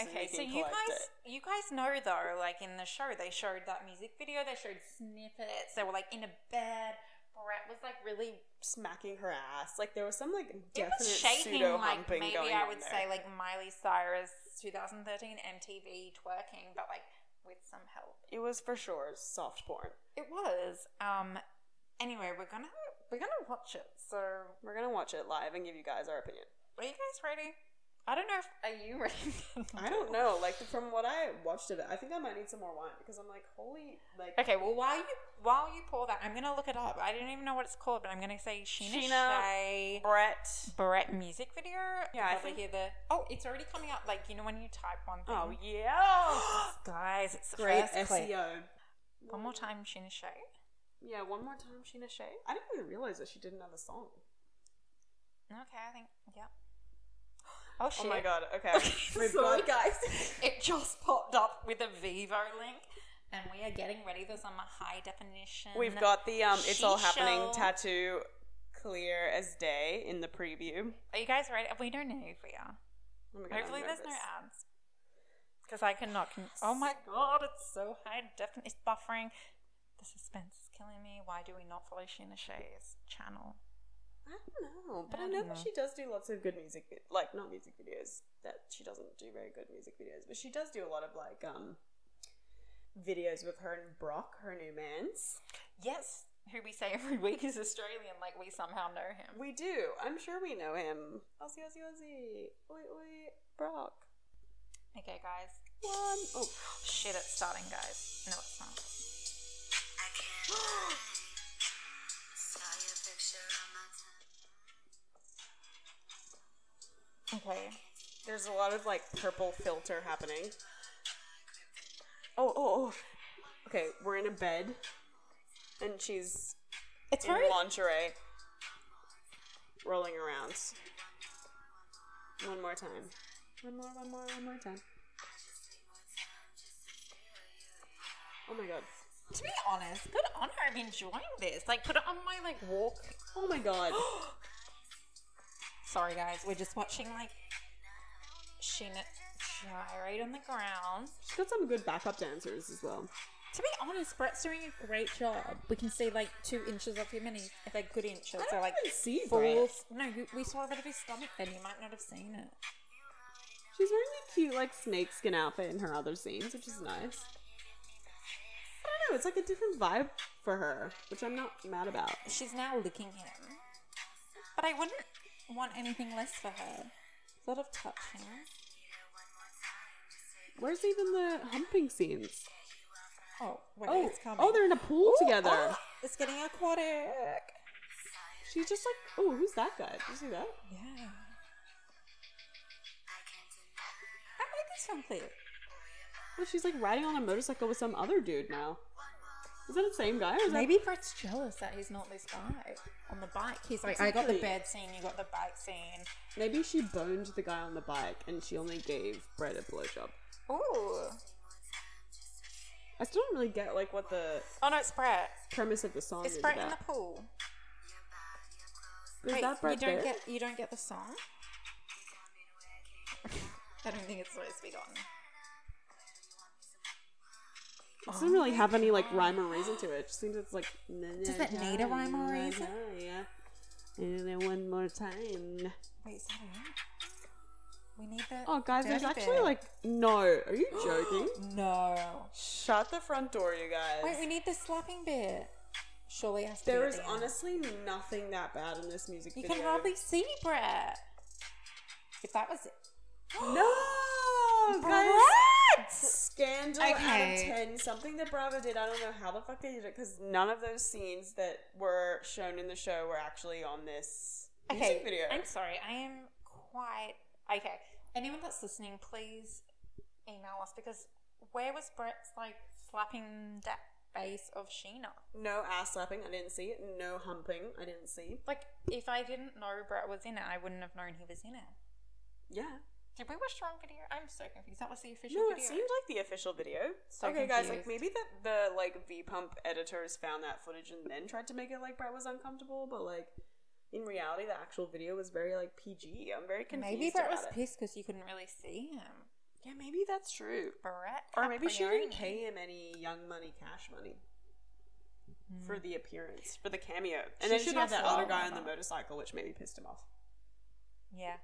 S2: okay,
S1: we
S2: so
S1: can
S2: you
S1: collect
S2: guys, you guys know though, like in the show, they showed that music video. They showed snippets. They were like in a bed. Brett was like really.
S1: smacking her ass, like there was some like
S2: It
S1: definite
S2: was shaking.
S1: pseudo
S2: Like
S1: humping
S2: maybe
S1: going
S2: I
S1: on
S2: would
S1: there.
S2: say like Miley Cyrus 2013 MTV twerking, but like with some help.
S1: it was for sure soft porn.
S2: It was. Um. Anyway, we're gonna we're gonna watch it. So
S1: We're gonna watch it live and give you guys our opinion.
S2: are you guys ready? I don't know if are you ready.
S1: I don't know, like from what I watched of it, I think I might need some more wine because I'm like, holy, like
S2: Okay, well while you while you pour that, I'm gonna look it up. I don't even know what it's called, but I'm gonna say Sheena,
S1: Sheena
S2: Shea
S1: Brett.
S2: Brett music video.
S1: Yeah, I
S2: Probably
S1: think-
S2: hear the oh, it's already coming up. Like you know when you type one thing.
S1: Oh yeah,
S2: guys, it's the
S1: great E
S2: first clip.
S1: SEO.
S2: One more time, Sheena Shea.
S1: Yeah, one more time, Sheena Shea. I didn't even realize that she did another song.
S2: Okay, I think yeah. Oh shit!
S1: Oh my god. Okay,
S2: Sorry,
S1: we've got
S2: guys. It just popped up with a Vivo link, and we are getting ready for some high definition.
S1: we've got the um, it's all
S2: She
S1: happening
S2: shall-
S1: tattoo clear as day in the preview.
S2: Are you guys ready? We don't know if we are.
S1: Oh my God, I'm
S2: Hopefully, there's no
S1: nervous.
S2: ads. Because I cannot. Con- oh my god, it's so high. Definitely, it's buffering. The suspense is killing me. Why do we not follow Sheena Shea's channel?
S1: I don't know, but I,
S2: I
S1: know
S2: don't
S1: that
S2: know.
S1: she does do lots of good music, vi- like not music videos. That she doesn't do very good music videos, but she does do a lot of like um videos with her and Brock, her new man's.
S2: Yes, who we say every week is Australian, like we somehow know him.
S1: We do. I'm sure we know him. Aussie, Aussie, Aussie. Oi, oi, Brock.
S2: Okay, guys.
S1: One. Oh.
S2: Shit, it's starting, guys. No, it's not. Okay.
S1: There's a lot of like purple filter happening. Oh, oh, oh. Okay, we're in a bed, and she's
S2: It's
S1: in
S2: very.
S1: lingerie, rolling around. One more time. One more, one more, one more time. Oh my god.
S2: To be honest, good on her. I'm enjoying this. Like, put it on my like walk.
S1: Oh my god.
S2: Sorry, guys. We're just watching like Sheena gyrate on the ground.
S1: She's got some good backup dancers as well.
S2: To be honest, Brett's doing a great job. We can see like two inches of him, and he's like good inches. so like
S1: even see
S2: full-
S1: Brett.
S2: No, you, we saw a bit of his stomach. Then you might not have seen it.
S1: She's wearing a cute like snakeskin outfit in her other scenes, which is nice. I don't know, it's like a different vibe for her, which I'm not mad about.
S2: She's now licking him, but I wouldn't want anything less for her. A lot of touching.
S1: Where's even the humping scenes?
S2: Oh, wait,
S1: Oh,
S2: it's coming.
S1: oh, they're in a pool
S2: Ooh,
S1: together.
S2: ah, it's getting aquatic.
S1: She's just like, oh, who's that guy? Did you see that?
S2: Yeah. I like this film clip.
S1: Well, she's like riding on a motorcycle with some other dude now. Is that the same guy? Or is
S2: Maybe Brett's jealous that he's not this guy on the bike. He's like, I got the
S1: Exactly.
S2: bed scene, you got the bike scene.
S1: That, maybe she boned the guy on the bike and she only gave Brett a blowjob.
S2: Ooh.
S1: I still don't really get like what the
S2: Oh no, it's Brett.
S1: premise of the song
S2: It's
S1: is
S2: Brett in
S1: about.
S2: the pool.
S1: Is
S2: Wait,
S1: that Brett
S2: you don't
S1: there?
S2: get you don't get the song. I don't think it's supposed to be gotten.
S1: It doesn't really have any like rhyme or reason to it. It just seems it's like.
S2: Does it need a rhyme or reason?
S1: Yeah. And then one more time.
S2: Wait, is that it? We need the.
S1: Oh, guys, there's
S2: dirty
S1: actually
S2: bit.
S1: like no. Are you joking?
S2: No.
S1: Shut the front door, you guys.
S2: Wait, we need the slapping bit. Surely it has to be
S1: there
S2: at
S1: is
S2: the end.
S1: honestly nothing that bad in this music
S2: You
S1: video.
S2: can hardly see Brett. If that was it.
S1: No, guys.
S2: Brett!
S1: Scandal out of
S2: Okay.
S1: ten. Something that Bravo did. I don't know how the fuck they did it because none of those scenes that were shown in the show were actually on this
S2: Okay,
S1: music video.
S2: I'm sorry. I am quite. Okay. Anyone that's listening, please email us because where was Brett's like slapping that face of Sheena?
S1: No ass slapping. I didn't see it. No humping. I didn't see.
S2: Like, if I didn't know Brett was in it, I wouldn't have known he was in it.
S1: Yeah.
S2: Did we watch the wrong video? I'm so confused. That was the official
S1: No, it
S2: video.
S1: seemed like the official video.
S2: So
S1: okay, guys, like maybe
S2: confused.
S1: that the like V Pump editors found that footage and then tried to make it like Brett was uncomfortable, but like in reality, the actual video was very like PG. I'm very confused.
S2: Maybe Brett
S1: about
S2: was
S1: it.
S2: pissed because you couldn't really see him.
S1: Yeah, maybe that's true.
S2: Brett.
S1: Or maybe she
S2: Caprioni.
S1: didn't pay him any young money, cash money
S2: Mm,
S1: for the appearance, for the cameo.
S2: She
S1: And then
S2: should
S1: she had that
S2: also
S1: other guy on the
S2: remember.
S1: motorcycle, which maybe pissed him off.
S2: Yeah.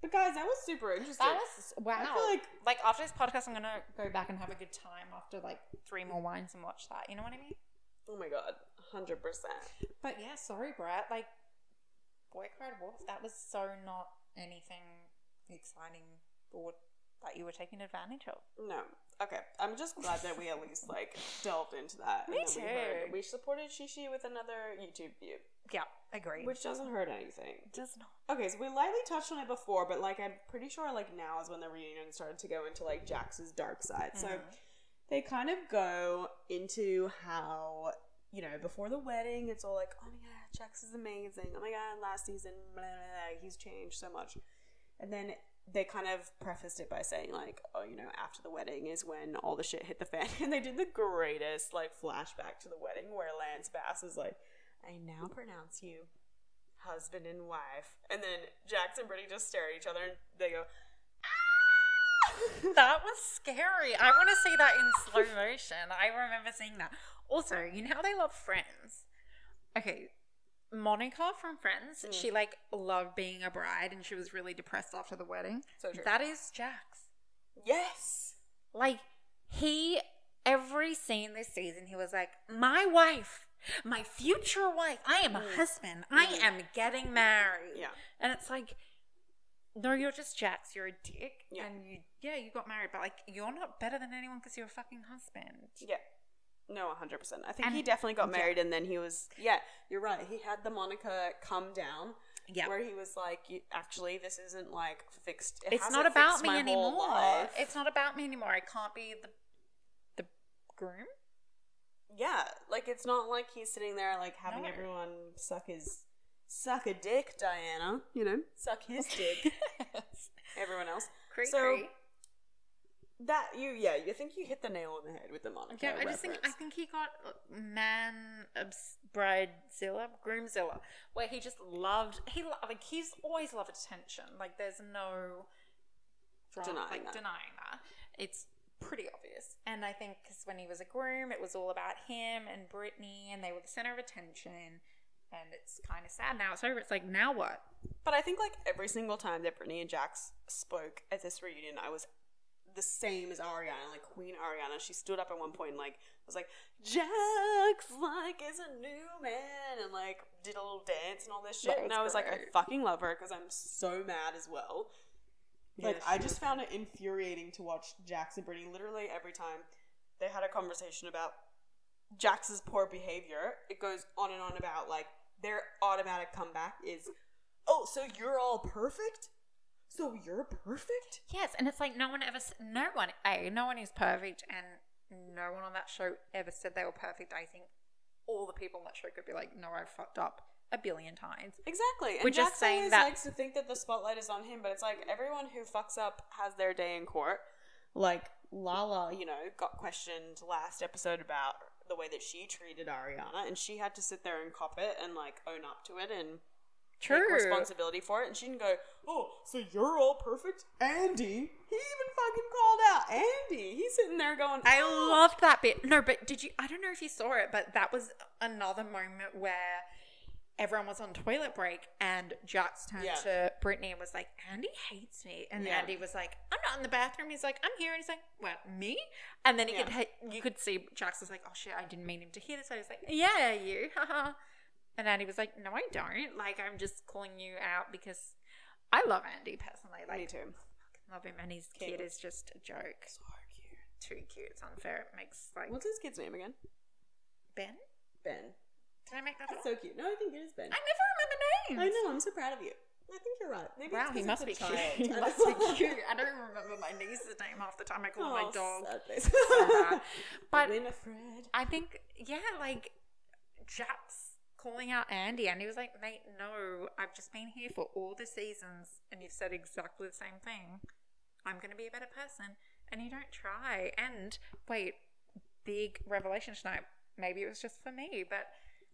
S1: But guys, that was super interesting.
S2: That was wow.
S1: I feel
S2: like
S1: like-
S2: after this podcast, I'm gonna go back and have a good time after like three more wines and watch that. You know what I mean?
S1: Oh my god, 100%.
S2: But yeah, sorry, Brett. Like, boy cried wolf. That was so not anything exciting or that you were taking advantage of.
S1: No. Okay, I'm just glad that we at least like delved into that. and
S2: Me
S1: that We, heard-
S2: too.
S1: we supported Shishi with another YouTube view,
S2: Yeah, agree. Which
S1: which doesn't hurt anything.
S2: does not.
S1: Okay, so we lightly touched on it before, but like I'm pretty sure like now is when the reunion started to go into like Jax's dark side. So they kind of go into how you know before the wedding it's all like oh my god Jax is amazing oh my god last season blah, blah, blah, he's changed so much and then they kind of prefaced it by saying like oh you know after the wedding is when all the shit hit the fan and they did the greatest like flashback to the wedding where Lance Bass is like I now pronounce you husband and wife and then Jax and Brittany just stare at each other and they go
S2: That was scary. I want to see that in slow motion. I remember seeing that. Also, you know how they love Friends? Okay, Monica from Friends,
S1: Mm.
S2: she like loved being a bride and she was really depressed after the wedding.
S1: so true
S2: That is Jax.
S1: yes
S2: Like, he, every scene this season, he was like, my wife. my future wife. I am a
S1: Mm.
S2: husband. I
S1: Mm.
S2: am getting married.
S1: Yeah.
S2: And it's like, no, you're just Jax. You're a dick.
S1: Yeah.
S2: And you, yeah, you got married, but like, you're not better than anyone because you're a fucking husband.
S1: Yeah. No, 100%. I think he
S2: And-
S1: definitely got
S2: yeah.
S1: married and then he was, yeah, you're right. He had the moniker come down
S2: Yeah.
S1: where he was like, you, actually, this isn't like fixed. it
S2: it's
S1: hasn't
S2: not about
S1: fixed
S2: me
S1: my whole
S2: anymore.
S1: life.
S2: It's not about me anymore. I can't be the the groom.
S1: yeah, like it's not like he's sitting there like having
S2: No.
S1: everyone suck his, suck a dick, Diana, you know, suck his dick, everyone else.
S2: Cray,
S1: So,
S2: cray.
S1: That, you, yeah, you think you hit the nail on the head with the moniker.
S2: Yeah, I just think I
S1: reference.
S2: think he got uh, man obs- bridezilla, groomzilla, where he just loved he lo- like he's always loved attention. Like there's no dra-
S1: Denying
S2: like
S1: that.
S2: denying that. It's pretty obvious. And I think 'cause when he was a groom, it was all about him and Brittany, and they were the center of attention. And it's kind of sad now. It's over. It's like now what?
S1: But I think like every single time that Brittany and Jax spoke at this reunion, I was the same as Ariana, like Queen Ariana. She stood up at one point and like was like, Jax like is a new man and like did a little dance and all this shit.
S2: That
S1: And
S2: was
S1: I was like, I
S2: great.
S1: fucking love her because I'm so mad as well. Like I just found it infuriating to watch Jax and Brittany literally every time they had a conversation about Jax's poor behavior. It goes on and on about like their automatic comeback is, "Oh, so you're all perfect? So you're perfect?"
S2: Yes, and it's like no one ever, s- no one, a no one is perfect, and no one on that show ever said they were perfect. I think all the people on that show could be like, no, I fucked up a billion times.
S1: Exactly. And
S2: We're just
S1: Jax
S2: saying
S1: always
S2: that-
S1: likes to think that the spotlight is on him, but it's like everyone who fucks up has their day in court. Like Lala, you know, got questioned last episode about the way that she treated Ariana, and she had to sit there and cop it and like own up to it and take responsibility for it, and she can go, "Oh, so you're all perfect, Andy." He even fucking called out Andy. He's sitting there going,
S2: I
S1: "Oh."
S2: loved that bit. No, but did you? I don't know if you saw it, but that was another moment where everyone was on toilet break and Jax turned
S1: Yeah.
S2: to Brittany and was like, Andy hates me. And
S1: Yeah.
S2: Andy was like, I'm not in the bathroom. He's like, I'm here. And he's like, What, me? And then he
S1: Yeah.
S2: could he- you could see Jax was like, Oh shit, I didn't mean him to hear this. I was like, Yeah, you. haha." and Andy was like, No, I don't. Like, I'm just calling you out because I love Andy personally. Like,
S1: Me too.
S2: love him. And his
S1: King.
S2: kid is just a joke.
S1: So cute.
S2: Too cute. It's unfair. It makes like
S1: What's his kid's name again?
S2: Ben?
S1: Ben.
S2: Did I make that
S1: That's
S2: up?
S1: so cute. No, I think it is Ben.
S2: I never remember
S1: I
S2: names.
S1: know. I'm so proud of you. I think you're right. Maybe
S2: Wow,
S1: it's
S2: he
S1: 'cause
S2: must be
S1: it's a
S2: cute. He
S1: child.
S2: must be cute. I don't remember my niece's name half the time. I call her my
S1: Oh,
S2: dog.
S1: sad face.
S2: bad. But
S1: Winifred.
S2: I think, yeah, like Japs calling out Andy, and he was like, "Mate, no, I've just been here for all the seasons, and you've said exactly the same thing. I'm going to be a better person, and you don't try." And wait, big revelation tonight. Maybe it was just for me, but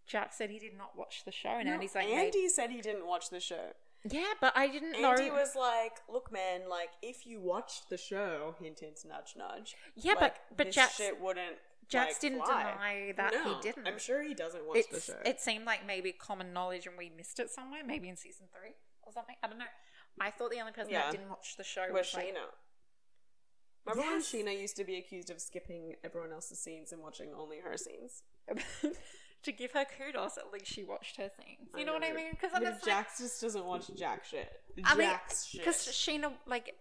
S2: Jack said he did not watch the show, and
S1: No,
S2: Andy's like, "Mate,
S1: Andy said he didn't watch the show.
S2: Yeah, but I didn't
S1: Andy
S2: know.
S1: was like, "Look, man, like if you watched the show, hint, hint, nudge, nudge.
S2: Yeah, but-
S1: like,
S2: but
S1: this
S2: Jax-
S1: shit wouldn't.
S2: Jax
S1: like,
S2: didn't
S1: fly.
S2: deny that he
S1: No,
S2: didn't.
S1: I'm sure he doesn't watch the
S2: it's,
S1: show.
S2: it seemed like maybe common knowledge and we missed it somewhere, maybe in season three or something. I don't know. I thought the only person
S1: Yeah.
S2: that didn't watch the show
S1: Where's
S2: was like,
S1: Sheena? Remember
S2: Yes.
S1: when Sheena used to be accused of skipping everyone else's scenes and watching only her scenes?
S2: to give her kudos, at least she watched her scenes. You know, what I mean? Because
S1: But Jax just doesn't watch jack shit.
S2: I mean,
S1: Jack's shit.
S2: because Sheena like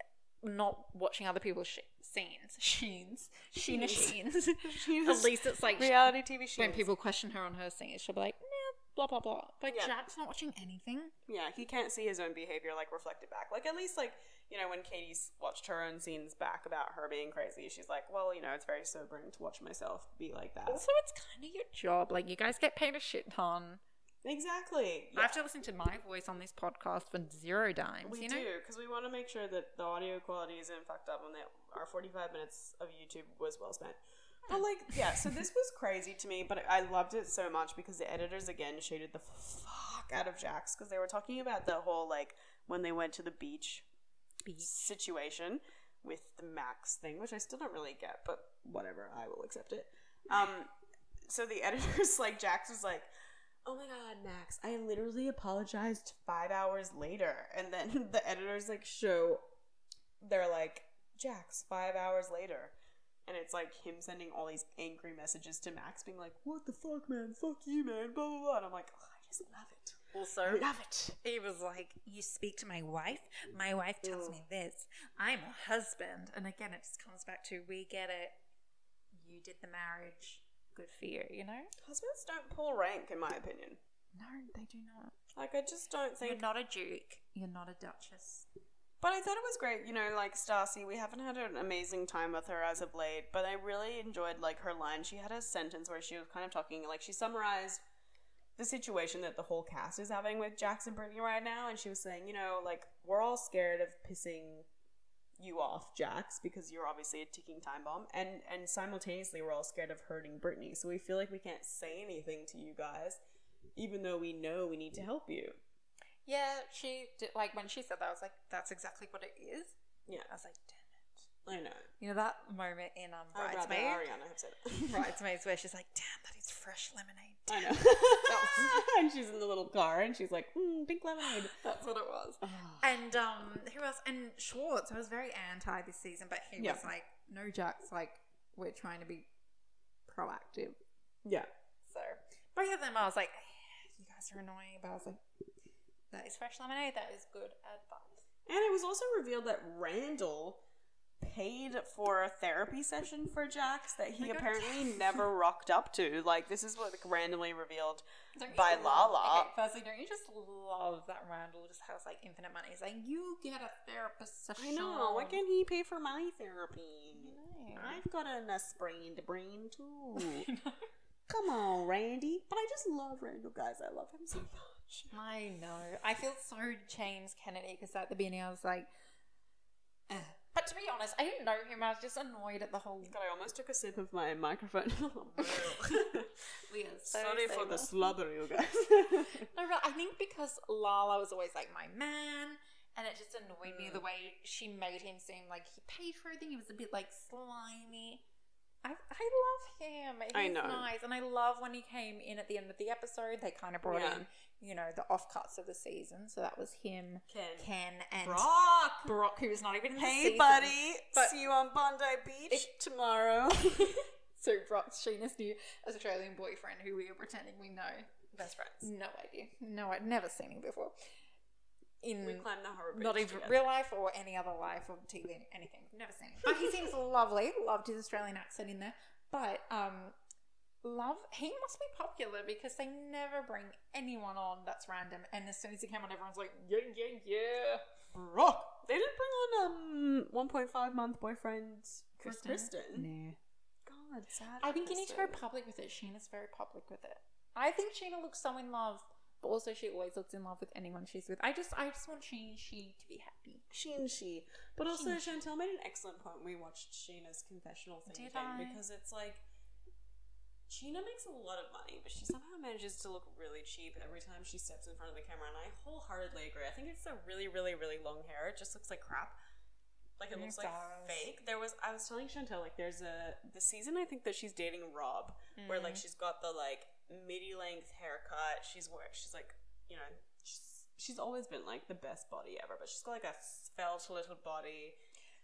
S2: not watching other people's sh- scenes, sheens, Sheena sheens.
S1: Sheena's
S2: at least it's like
S1: reality TV show.
S2: when people question her on her scenes, she'll be like, nah, blah blah blah. But
S1: Yeah.
S2: Jack's not watching anything.
S1: Yeah, he can't see his own behavior like reflected back. Like at least like you know when Katie's watched her own scenes back about her being crazy, she's like, well, you know, it's very sobering to watch myself be like that.
S2: Also, it's kind of your job. Like, you guys get paid a shit ton.
S1: Exactly.
S2: I
S1: Yeah.
S2: have to listen to my voice on this podcast for zero dimes.
S1: We
S2: you
S1: do,
S2: know,
S1: 'cause do because we want to make sure that the audio quality isn't fucked up and that our 45 minutes of YouTube was well spent. But like,
S2: Hmm.
S1: yeah, so this was crazy to me, but I loved it so much because the editors again shaded the fuck out of Jax because they were talking about the whole like when they went to the beach situation with the Max thing, which I still don't really get, but whatever, I will accept it. Um, so the editors, like Jax, was like, "Oh my god, Max, I literally apologized five hours later," and then the editors like show, they're like, "Jax, five hours later." and it's like him sending all these angry messages to Max, being like, "What the fuck, man? Fuck you, man!" Blah blah blah. And I'm like, oh, I just love it.
S2: Also,
S1: I love it.
S2: he was like, You speak to my wife. My wife tells
S1: Mm.
S2: me this. I'm a husband. And again, it just comes back to we get it. You did the marriage. Good for you, you know?
S1: Husbands don't pull rank, in my opinion.
S2: No, they do not.
S1: Like, I just don't think.
S2: You're not a duke. You're not a duchess.
S1: But I thought it was great, you know, like Stacy, we haven't had an amazing time with her as of late, but I really enjoyed like her line. She had a sentence where she was kind of talking like she summarized the situation that the whole cast is having with Jackson Brittany right now, and she was saying, you know, like we're all scared of pissing you off, Jax, because you're obviously a ticking time bomb, and and simultaneously we're all scared of hurting Brittany, so we feel like we can't say anything to you guys, even though we know we need to help you.
S2: Yeah, she did. Like, when she said that, I was like, That's exactly what it is.
S1: Yeah,
S2: I was like, Damn it.
S1: I know.
S2: You know, that moment in um,
S1: I'd rather
S2: Bridesmaids,
S1: Ariana have said it.
S2: Bridesmaids where she's like, Damn, that is fresh lemonade.
S1: I know. and she's in the little car and she's like, mm, pink lemonade.
S2: That's what it was.
S1: Ah,
S2: And um, who else? And Schwartz. I was very anti this season, but he
S1: Yeah.
S2: was like, "No, Jack's like, we're trying to be proactive."
S1: yeah.
S2: So both of them, I was like, "You guys are annoying," but I was like, "That is fresh lemonade. That is good advice."
S1: And it was also revealed that Randall paid for a therapy session for Jax that he
S2: my God,
S1: apparently
S2: yes.
S1: never rocked up to. Like, this is what like, randomly revealed.
S2: Don't you
S1: By
S2: love-
S1: Lala.
S2: Okay, firstly, don't you just love that Randall just has like infinite money? He's like, "You get a therapist session."
S1: I know. Why can't he pay for my therapy?
S2: I
S1: I've got a sprained brain
S2: know.
S1: too. Come on, Randy. But I just love Randall, guys. I love him so much.
S2: I know. I feel so James Kennedy because at the beginning I was like, "Ugh." but to be honest, I didn't know him. I was just annoyed at the whole.
S1: God, I almost took a sip of my microphone.
S2: we are so
S1: Sorry for the
S2: sober.
S1: slobber, you guys.
S2: No, but I think because Lala was always like my man, and it just annoyed me the way she made him seem like he paid for everything. He was a bit like slimy. I, I love him. He's
S1: I know.
S2: nice, and I love when he came in at the end of the episode. They kind of brought
S1: Yeah.
S2: in, you know, the offcuts of the season. So that was him,
S1: Ken.
S2: Ken, and
S1: Brock.
S2: Brock, who was not even in the
S1: Hey,
S2: season.
S1: buddy.
S2: But-
S1: See you on Bondi Beach tomorrow.
S2: So Brock's Sheena's new Australian boyfriend, who we are pretending we know.
S1: Best friends.
S2: No idea. No, I'd never seen him before. In
S1: We climbed the horror bridge.
S2: Mm. not even
S1: together.
S2: real life or any other life or TV, anything. Never seen him. But he seems lovely. Loved his Australian accent in there. But um, love. He must be popular because they never bring anyone on that's random. And as soon as he came on, everyone's like, yeah, yeah, yeah.
S1: Brock. They didn't bring on um 1.5 month boyfriend Chris Kristen.
S2: No.
S1: God, sad.
S2: I
S1: for
S2: think you need to go
S1: Kristen.
S2: public with it. Sheena's very public with it. I think Sheena looks so in love, but also she always looks in love with anyone she's with. I just, I just want she, she to be happy.
S1: She and she. But also,
S2: She and she.
S1: Chantel made an excellent point when we watched Sheena's confessional thing,
S2: Did
S1: thing,
S2: I?
S1: because it's like Sheena makes a lot of money, but she somehow manages to look really cheap every time she steps in front of the camera. And I wholeheartedly agree. I think it's the really, really, really long hair. It just looks like crap. Like it
S2: It
S1: looks like
S2: does.
S1: fake. There was I was telling Chantel like there's a the season I think that she's dating Rob where
S2: Mm-hmm.
S1: like she's got the like midi length haircut. She's where she's like you know she's, she's always been like the best body ever, but she's got like a svelte little body.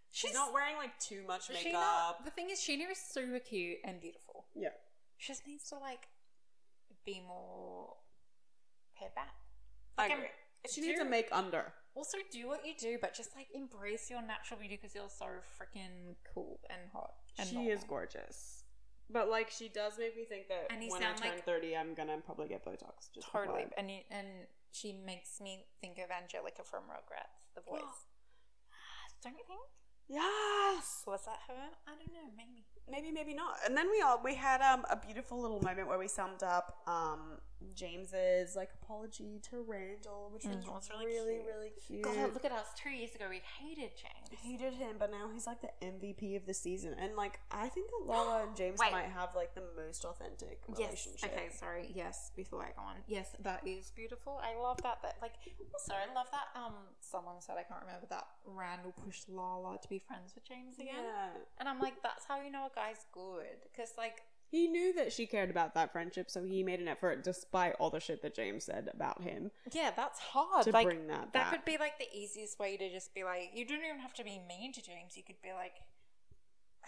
S1: She's, not wearing like too much makeup.
S2: Sheena, the thing is, Sheena is super cute and beautiful.
S1: yeah,
S2: She just needs to like be more pared back.
S1: I
S2: Like,
S1: agree.
S2: I'm-
S1: She needs
S2: do-
S1: a make under.
S2: Also, do what you do, but just like embrace your natural beauty because you're so freaking cool and hot. And
S1: She
S2: normal.
S1: is gorgeous. But like she does make me think that
S2: And you
S1: when I
S2: sound
S1: turn
S2: like-
S1: thirty, I'm gonna probably get Botox. Just for
S2: Totally,
S1: vibe.
S2: and you, and she makes me think of Angelica from Rugrats, the voice. Ah, Don't you think?
S1: Yes.
S2: Was that her? I don't know. Maybe.
S1: Maybe, maybe not. And then we all we had um a beautiful little moment where we summed up um James's like apology to Randall, which
S2: Mm,
S1: was
S2: that was
S1: really,
S2: really
S1: really
S2: cute.
S1: cute.
S2: God, look at us. Two years ago, we hated James.
S1: hated him, but now he's like the MVP of the season. And like I think that Lala and James
S2: Wait.
S1: might have like the most authentic
S2: Yes.
S1: relationship.
S2: Okay. Sorry. Yes. Before I go on. Yes, that is beautiful. I love that. That like. Also, I love that. Um, someone said I can't remember that Randall pushed Lala to be friends with James again,
S1: Yeah.
S2: and I'm like, that's how you know a guy's good, because like,
S1: He knew that she cared about that friendship, so he made an effort despite all the shit that James said about him
S2: yeah, that's hard.
S1: to
S2: like,
S1: bring that
S2: that
S1: back.
S2: could be like the easiest way to just be like, you don't even have to be mean to James. You could be like,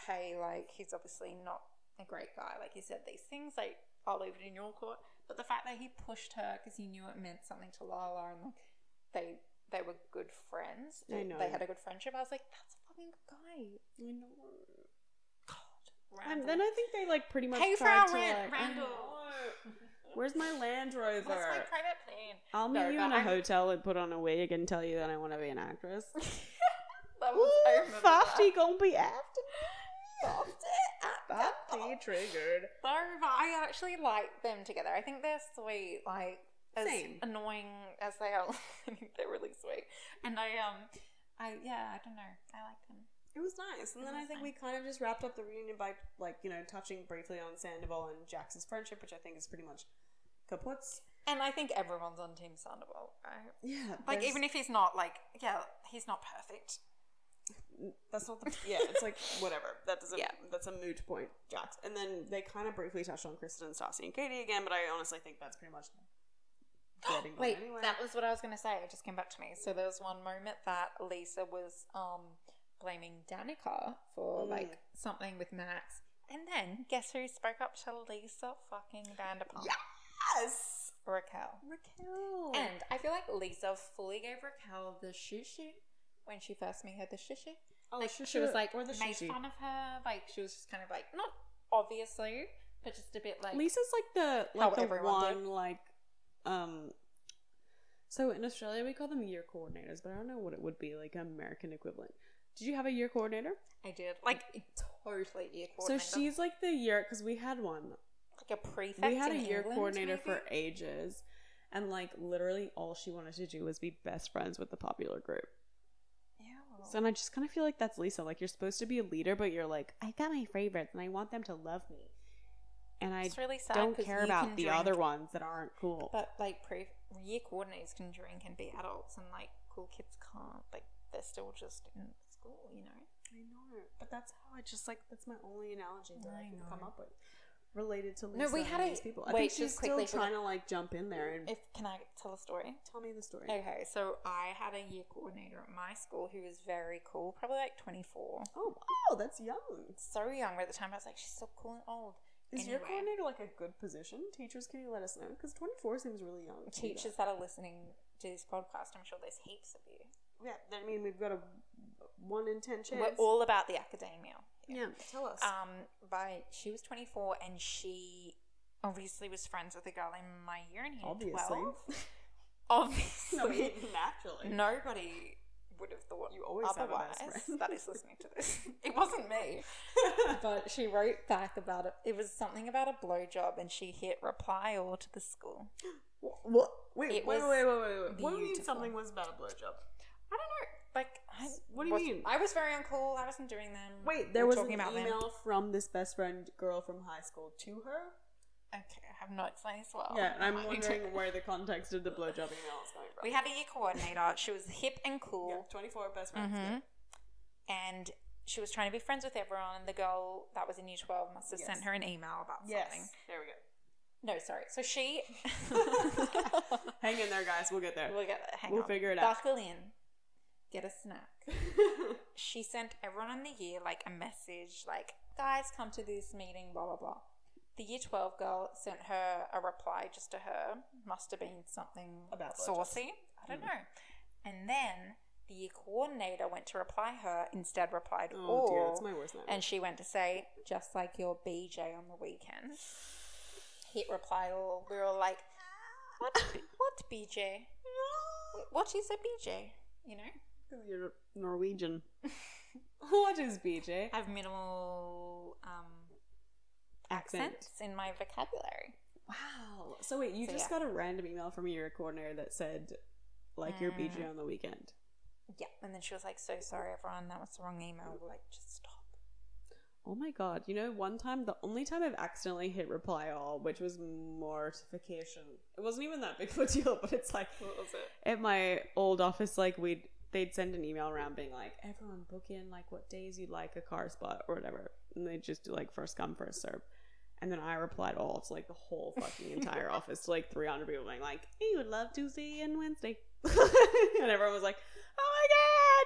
S2: hey, like, he's obviously not a great guy. Like, he said these things, like, I'll leave it in your court. But the fact that he pushed her because he knew it meant something to Lala and, like, they they were good friends.
S1: I
S2: They,
S1: know.
S2: they had a good friendship. I was like, that's a fucking good guy.
S1: I know.
S2: God.
S1: And
S2: Randall.
S1: then I think they like pretty much
S2: Pay for
S1: tried
S2: our
S1: to
S2: rent,
S1: like,
S2: Randall.
S1: I know. Where's my Land Rover?
S2: That's my private plane.
S1: I'll meet
S2: No,
S1: you
S2: but
S1: in a
S2: I'm-
S1: hotel and put on a wig and tell you that I want to be an actress.
S2: That was, I
S1: Ooh,
S2: remember
S1: Fafty
S2: that.
S1: gonna be after
S2: Fafty.
S1: Fafty triggered.
S2: Sorry, but I actually like them together. I think they're sweet. Like as
S1: Same.
S2: annoying as they are, I think they're really sweet. And I um, I yeah, I don't know. I like them.
S1: It was nice, and then I think we kind of just wrapped up the reunion by like you know touching briefly on Sandoval and Jackson's friendship, which I think is pretty much kaput's.
S2: And I think everyone's on Team Sandoval, right?
S1: Yeah,
S2: Like even if he's not like yeah, he's not perfect.
S1: that's not the yeah, it's like whatever. That doesn't
S2: Yeah.
S1: that's a moot point, Jax. And then they kind of briefly touched on Kristen, Stassi, and Katie again, but I honestly think that's pretty much. getting them
S2: Wait,
S1: anyway.
S2: that was what I was going to say. It just came back to me. So there was one moment that Lisa was um, blaming Danica for
S1: Mm.
S2: like something with Max, and then guess who spoke up to Lisa fucking Vanderpump?
S1: yes,
S2: Raquel.
S1: Raquel.
S2: And I feel like Lisa fully gave Raquel the shushu when she first made her the shushu.
S1: oh,
S2: Like
S1: shushu
S2: she was like
S1: or the
S2: made
S1: shushu.
S2: fun of her. Like she was just kind of like not obviously, but just a bit like
S1: Lisa's like the
S2: How
S1: like the
S2: everyone
S1: one
S2: did.
S1: like um so in Australia we call them year coordinators, but I don't know what it would be like American equivalent. Did you have a year coordinator?
S2: I did like totally ear
S1: So
S2: coordinator.
S1: she's like the year because we had one.
S2: like a prefect.
S1: we had a
S2: in
S1: year
S2: England,
S1: coordinator
S2: maybe?
S1: for ages, and like literally all she wanted to do was be best friends with the popular group.
S2: Ew.
S1: So and I just kind of feel like that's Lisa. Like you're supposed to be a leader, but you're like I got my favorites and I want them to love me, and I
S2: it's really sad.
S1: don't
S2: 'cause
S1: care
S2: you
S1: about
S2: can
S1: the
S2: drink,
S1: other ones that aren't cool.
S2: But like pre- year coordinators can drink and be adults, and like cool kids can't. Like they're still just in school, you know.
S1: I know, but that's how I just like that's my only analogy that I,
S2: I
S1: can
S2: know.
S1: come up with related to Lisa.
S2: No, we
S1: and
S2: had a-
S1: these people. I
S2: wait,
S1: think
S2: just
S1: she's still
S2: quickly,
S1: trying
S2: forget-
S1: to like jump in there and
S2: If can I tell a story?
S1: tell me the story.
S2: Okay, so I had a year coordinator at my school who was very cool, probably like 24.
S1: Oh wow, that's young.
S2: So young at the time, I was like, she's so cool and old.
S1: Is your
S2: Anyway.
S1: coordinator like a good position? Teachers, can you let us know? Because twenty four seems really young. to do that.
S2: Teachers that are listening to this podcast, I'm sure there's heaps of you.
S1: Yeah, I mean we've got a one in ten chance.
S2: We're all about the academia.
S1: yeah, tell us.
S2: Um, but she was 24 and she obviously was friends with a girl in my year in here,
S1: Obviously.
S2: 12.
S1: no,
S2: Obviously.
S1: naturally.
S2: Nobody would have thought
S1: You always have a
S2: otherwise
S1: best friend.
S2: that is listening to this. It wasn't me. but she wrote back about it. It was something about a blowjob, and she hit reply all to the school.
S1: Wh- What? Wait,
S2: It
S1: wait,
S2: was
S1: wait, wait, wait, wait. What do you mean
S2: beautiful.
S1: something was about a blowjob?
S2: I don't know. Like, I
S1: What do you
S2: was-
S1: mean?
S2: I was very uncool. I wasn't doing them.
S1: Wait,
S2: We
S1: there
S2: were
S1: was an
S2: talking
S1: email
S2: about them.
S1: from this best friend girl from high school to her.
S2: Okay, I have notes on this as well.
S1: Yeah, and I'm
S2: Mine.
S1: wondering where the context of the blowjob email is coming from.
S2: We had a year coordinator. She was hip and cool.
S1: yeah, 24 best friends.
S2: Mm-hmm.
S1: yeah.
S2: and she was trying to be friends with everyone. And the girl that was in year 12 must have sent
S1: Yes.
S2: her an email about something.
S1: Yes. There we
S2: No, sorry. So she.
S1: go. Hang in there, guys. We'll get there.
S2: we'll get, hang
S1: We'll
S2: on.
S1: figure it out.
S2: Buckle in. Get a snack. she sent everyone in the year like a message, like, guys, come to this meeting, blah, blah, blah. The year 12 girl sent her a reply just to her. Must have been something
S1: About Mm. blowjobs.
S2: saucy. I don't know. And then the year coordinator went to reply her, instead replied
S1: Oh
S2: all.
S1: dear, that's my worst nightmare.
S2: And she went to say, just like your BJ on the weekend. Hit reply all. We were all like, what, what BJ? What is a BJ? You know?
S1: Because you're Norwegian. what is BJ?
S2: I have minimal um,
S1: Accent.
S2: sense in my vocabulary.
S1: Wow. So wait, you
S2: So,
S1: just
S2: yeah.
S1: got a random email from your coordinator that said, like, your
S2: Mm.
S1: BJ on the weekend.
S2: Yeah. And then she was like, so sorry, everyone. That was the wrong email. We're like, just stop.
S1: Oh my god. You know, one time, the only time I've accidentally hit reply all, which was mortification. It wasn't even that big of a deal, but it's like,
S2: What was it?
S1: at my old office, like we'd they'd send an email around being like, everyone book in like what days you'd like a car spot or whatever, and they would just do like first come first serve. And then I replied all to like the whole fucking entire office to like 300 people being like, hey, you would love Tuesday and Wednesday. and everyone was like, oh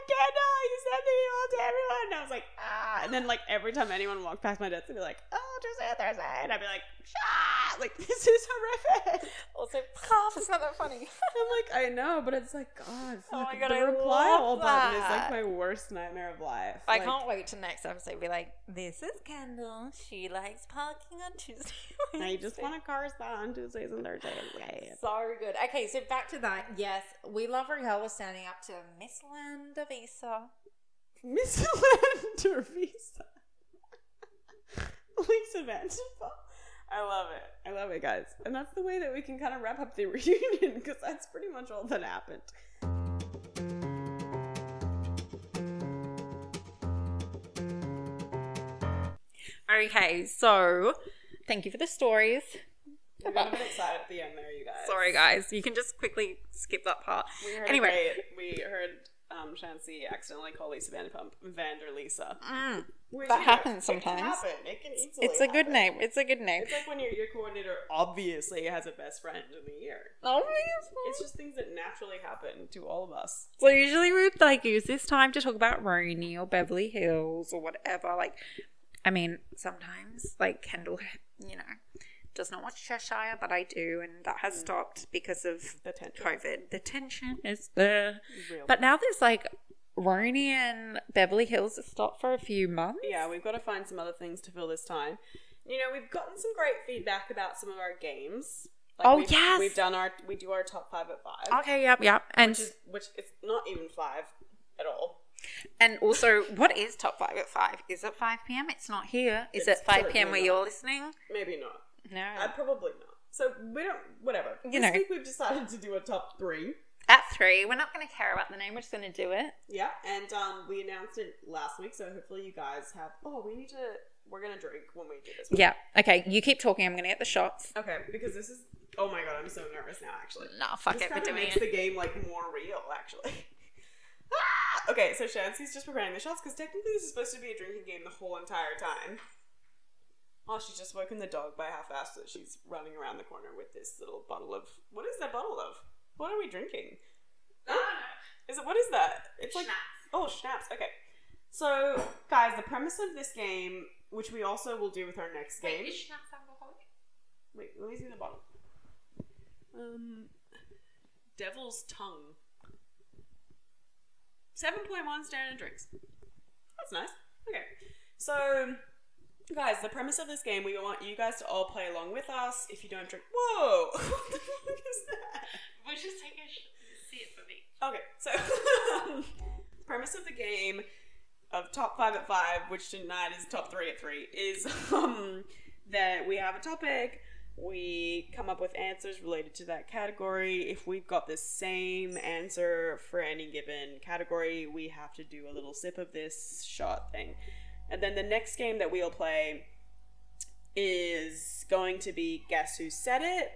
S1: candle. You sent the email to everyone. And I was like, ah. And then like every time anyone walked past my desk, they'd be like, oh, Thursday, Thursday, and I'd be like, shut. Like this is horrific.
S2: Also, cough. It's not that funny.
S1: I'm like, I know, but it's like, God,
S2: Oh
S1: fuck,
S2: my God,
S1: the
S2: I
S1: reply
S2: love
S1: all button is like
S2: that.
S1: my worst nightmare of life.
S2: I
S1: Like,
S2: can't wait to next episode. Be like, this is Kendall. She likes parking on Tuesday.
S1: I just
S2: Wednesday."
S1: want to correspond Tuesdays and Thursdays.
S2: So good. Okay, so back to that. Yes, we love Raquel was standing up to Miss Landavisa.
S1: Miss Lander Visa. Lisa Vanderpump. I love it. I love it, guys. And that's the way that we can kind of wrap up the reunion because that's pretty much all that happened.
S2: Okay, so thank you for the stories.
S1: I got a bit excited at the end there, you guys.
S2: Sorry, guys. You can just quickly skip that part.
S1: We heard anyway,
S2: Anyway.
S1: we heard um, Shancy accidentally call Lisa Vanderpump Vander Lisa.
S2: Mm.
S1: Which,
S2: That
S1: you know,
S2: happens
S1: It
S2: sometimes.
S1: can happen. It can easily
S2: It's a good
S1: happen.
S2: name. It's a good name.
S1: It's like when your your coordinator obviously has a best friend in the year. It's
S2: Obviously.
S1: just things that naturally happen to all of us.
S2: So usually we'd like use this time to talk about Rooney or Beverly Hills or whatever. Like, I mean, sometimes like Kendall, you know, does not watch Cheshire, but I do, and that
S1: Mm.
S2: has stopped because of
S1: The tension.
S2: COVID. The tension is there,
S1: Real.
S2: but now there's like Rooney and Beverly Hills that stopped for a few months.
S1: yeah, we've got to find some other things to fill this time. You know, we've gotten some great feedback about some of our games. Like
S2: Oh,
S1: we've,
S2: yes! Uh,
S1: we've done our we do our top five at five,
S2: Okay, yep, yep, and
S1: which is which it's not even five at all.
S2: And also, what is top five at five? Is it five p.m.? It's not here. Is
S1: It's
S2: it five p.m.
S1: certainly
S2: where you're listening?
S1: Maybe not.
S2: No.
S1: I probably not. So we don't. Whatever.
S2: You
S1: this
S2: know.
S1: week we've decided to do a top three.
S2: At three, we're not going to care about the name. We're just going to do it.
S1: Yeah, and um, we announced it last week, so hopefully you guys have. Oh, we need to. We're gonna drink when we do this.
S2: Yeah. Okay. You keep talking. I'm going to get the shots.
S1: Okay, because this is. Oh my god, I'm so nervous now. Actually,
S2: Nah, fuck
S1: this
S2: it. We're
S1: kinda
S2: doing
S1: makes
S2: it.
S1: the game like more real. Actually. Ah! okay, so Shancy's just preparing the shots because technically this is supposed to be a drinking game the whole entire time. Oh, she's just woken the dog by half fast so she's running around the corner with this little bottle of what is that bottle of? What are we drinking? Is it what is that? It's like oh schnapps. Okay, so guys, the premise of this game, which we also will do with our next game. Wait, let me see the bottle. Um, Devil's Tongue. Seven point one standard drinks. That's nice. Okay, so guys, the premise of this game, we want you guys to all play along with us. If you don't drink, whoa, what the fuck is that?
S2: We'll just take a sip for me.
S1: Okay, so the premise of the game of top five at five, which tonight is top three at three, is um, that we have a topic, we come up with answers related to that category. If we've got the same answer for any given category, we have to do a little sip of this shot thing. And then the next game that we'll play is going to be Guess Who Said It,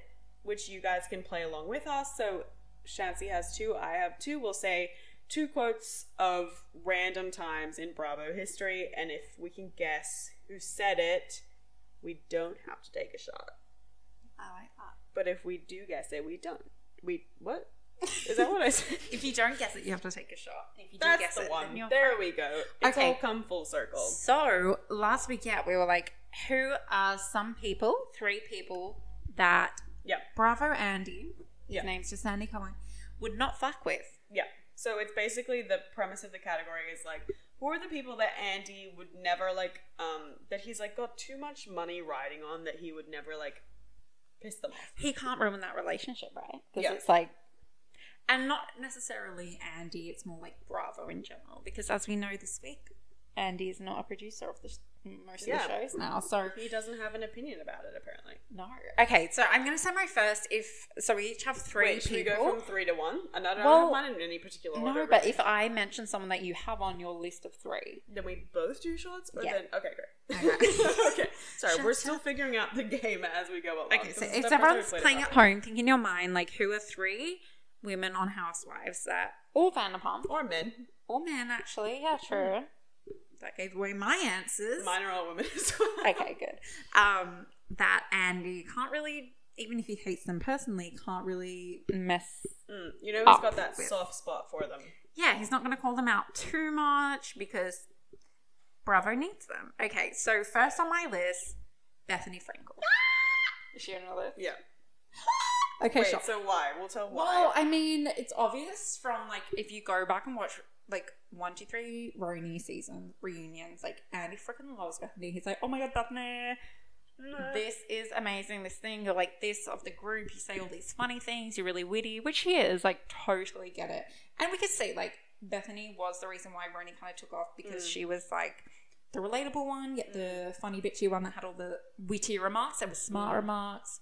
S1: which you guys can play along with us. So Shancy has two, I have two. We'll say two quotes of random times in Bravo history, and if we can guess who said it, we don't have to take a shot.
S2: I like that.
S1: But if we do guess it, we don't. We what? Is that what I said?
S2: If you don't guess it, you have to take a shot. If you do
S1: That's
S2: guess
S1: the
S2: it,
S1: one.
S2: then you're
S1: There we go. It's
S2: Okay.
S1: all come full circle.
S2: So last week, yeah, we were like, who are some people, three people that
S1: Yeah.
S2: Bravo Andy,
S1: Yeah.
S2: his name's just Andy Cohen, would not fuck with?
S1: Yeah. So it's basically the premise of the category is like who are the people that Andy would never like um that he's like got too much money riding on that he would never like piss them off.
S2: He can't ruin that relationship, right? Because
S1: Yeah.
S2: it's like, and not necessarily Andy, it's more like Bravo in general, because as we know this week, Andy is not a producer of the sh- most
S1: Yeah. Mm-hmm.
S2: of the shows now, so
S1: He doesn't have an opinion about it apparently.
S2: no. Okay, so I'm going to say my first. If so, we each have three
S1: Wait, should
S2: people.
S1: we go from three to one? And I don't
S2: Well,
S1: have mine in any particular order.
S2: no, but if I mention someone that you have on your list of three,
S1: then we both do shots, or
S2: Yeah.
S1: then okay, great.
S2: Okay.
S1: okay, sorry,
S2: Shut
S1: we're
S2: up.
S1: still figuring out the game as we go along.
S2: Okay,
S1: 'cause
S2: so
S1: it's
S2: if
S1: the first time
S2: everyone's
S1: we've played
S2: playing
S1: it
S2: at
S1: that way.
S2: home, think in your mind, like, who are three women on Housewives that, or Vanderpump,
S1: or men,
S2: or men, actually, yeah, true. That gave away my answers.
S1: mine are all women as well.
S2: Okay, good. Um, that Andy can't really, even if he hates them personally, can't really mess.
S1: Mm, you know who's
S2: Up
S1: got that
S2: with.
S1: soft spot for them?
S2: yeah, he's not going to call them out too much because Bravo needs them. Okay, so first on my list, Bethany Frankel. Is she on your list?
S1: Yeah.
S2: Okay,
S1: Wait,
S2: sure.
S1: so why? We'll tell why.
S2: Well, I mean, it's obvious from like if you go back and watch like one, two, three Roni season reunions, like Andy freaking loves Bethany. He's like, oh my god, Bethany,
S1: No.
S2: this is amazing. This thing, you're like this of the group. You say all these funny things. You're really witty, which he is. Like, totally get it. And we could see like Bethany was the reason why Roni kind of took off because
S1: Mm.
S2: she was like the relatable one, yet the funny bitchy one that had all the witty remarks. It was smart
S1: Mm.
S2: remarks.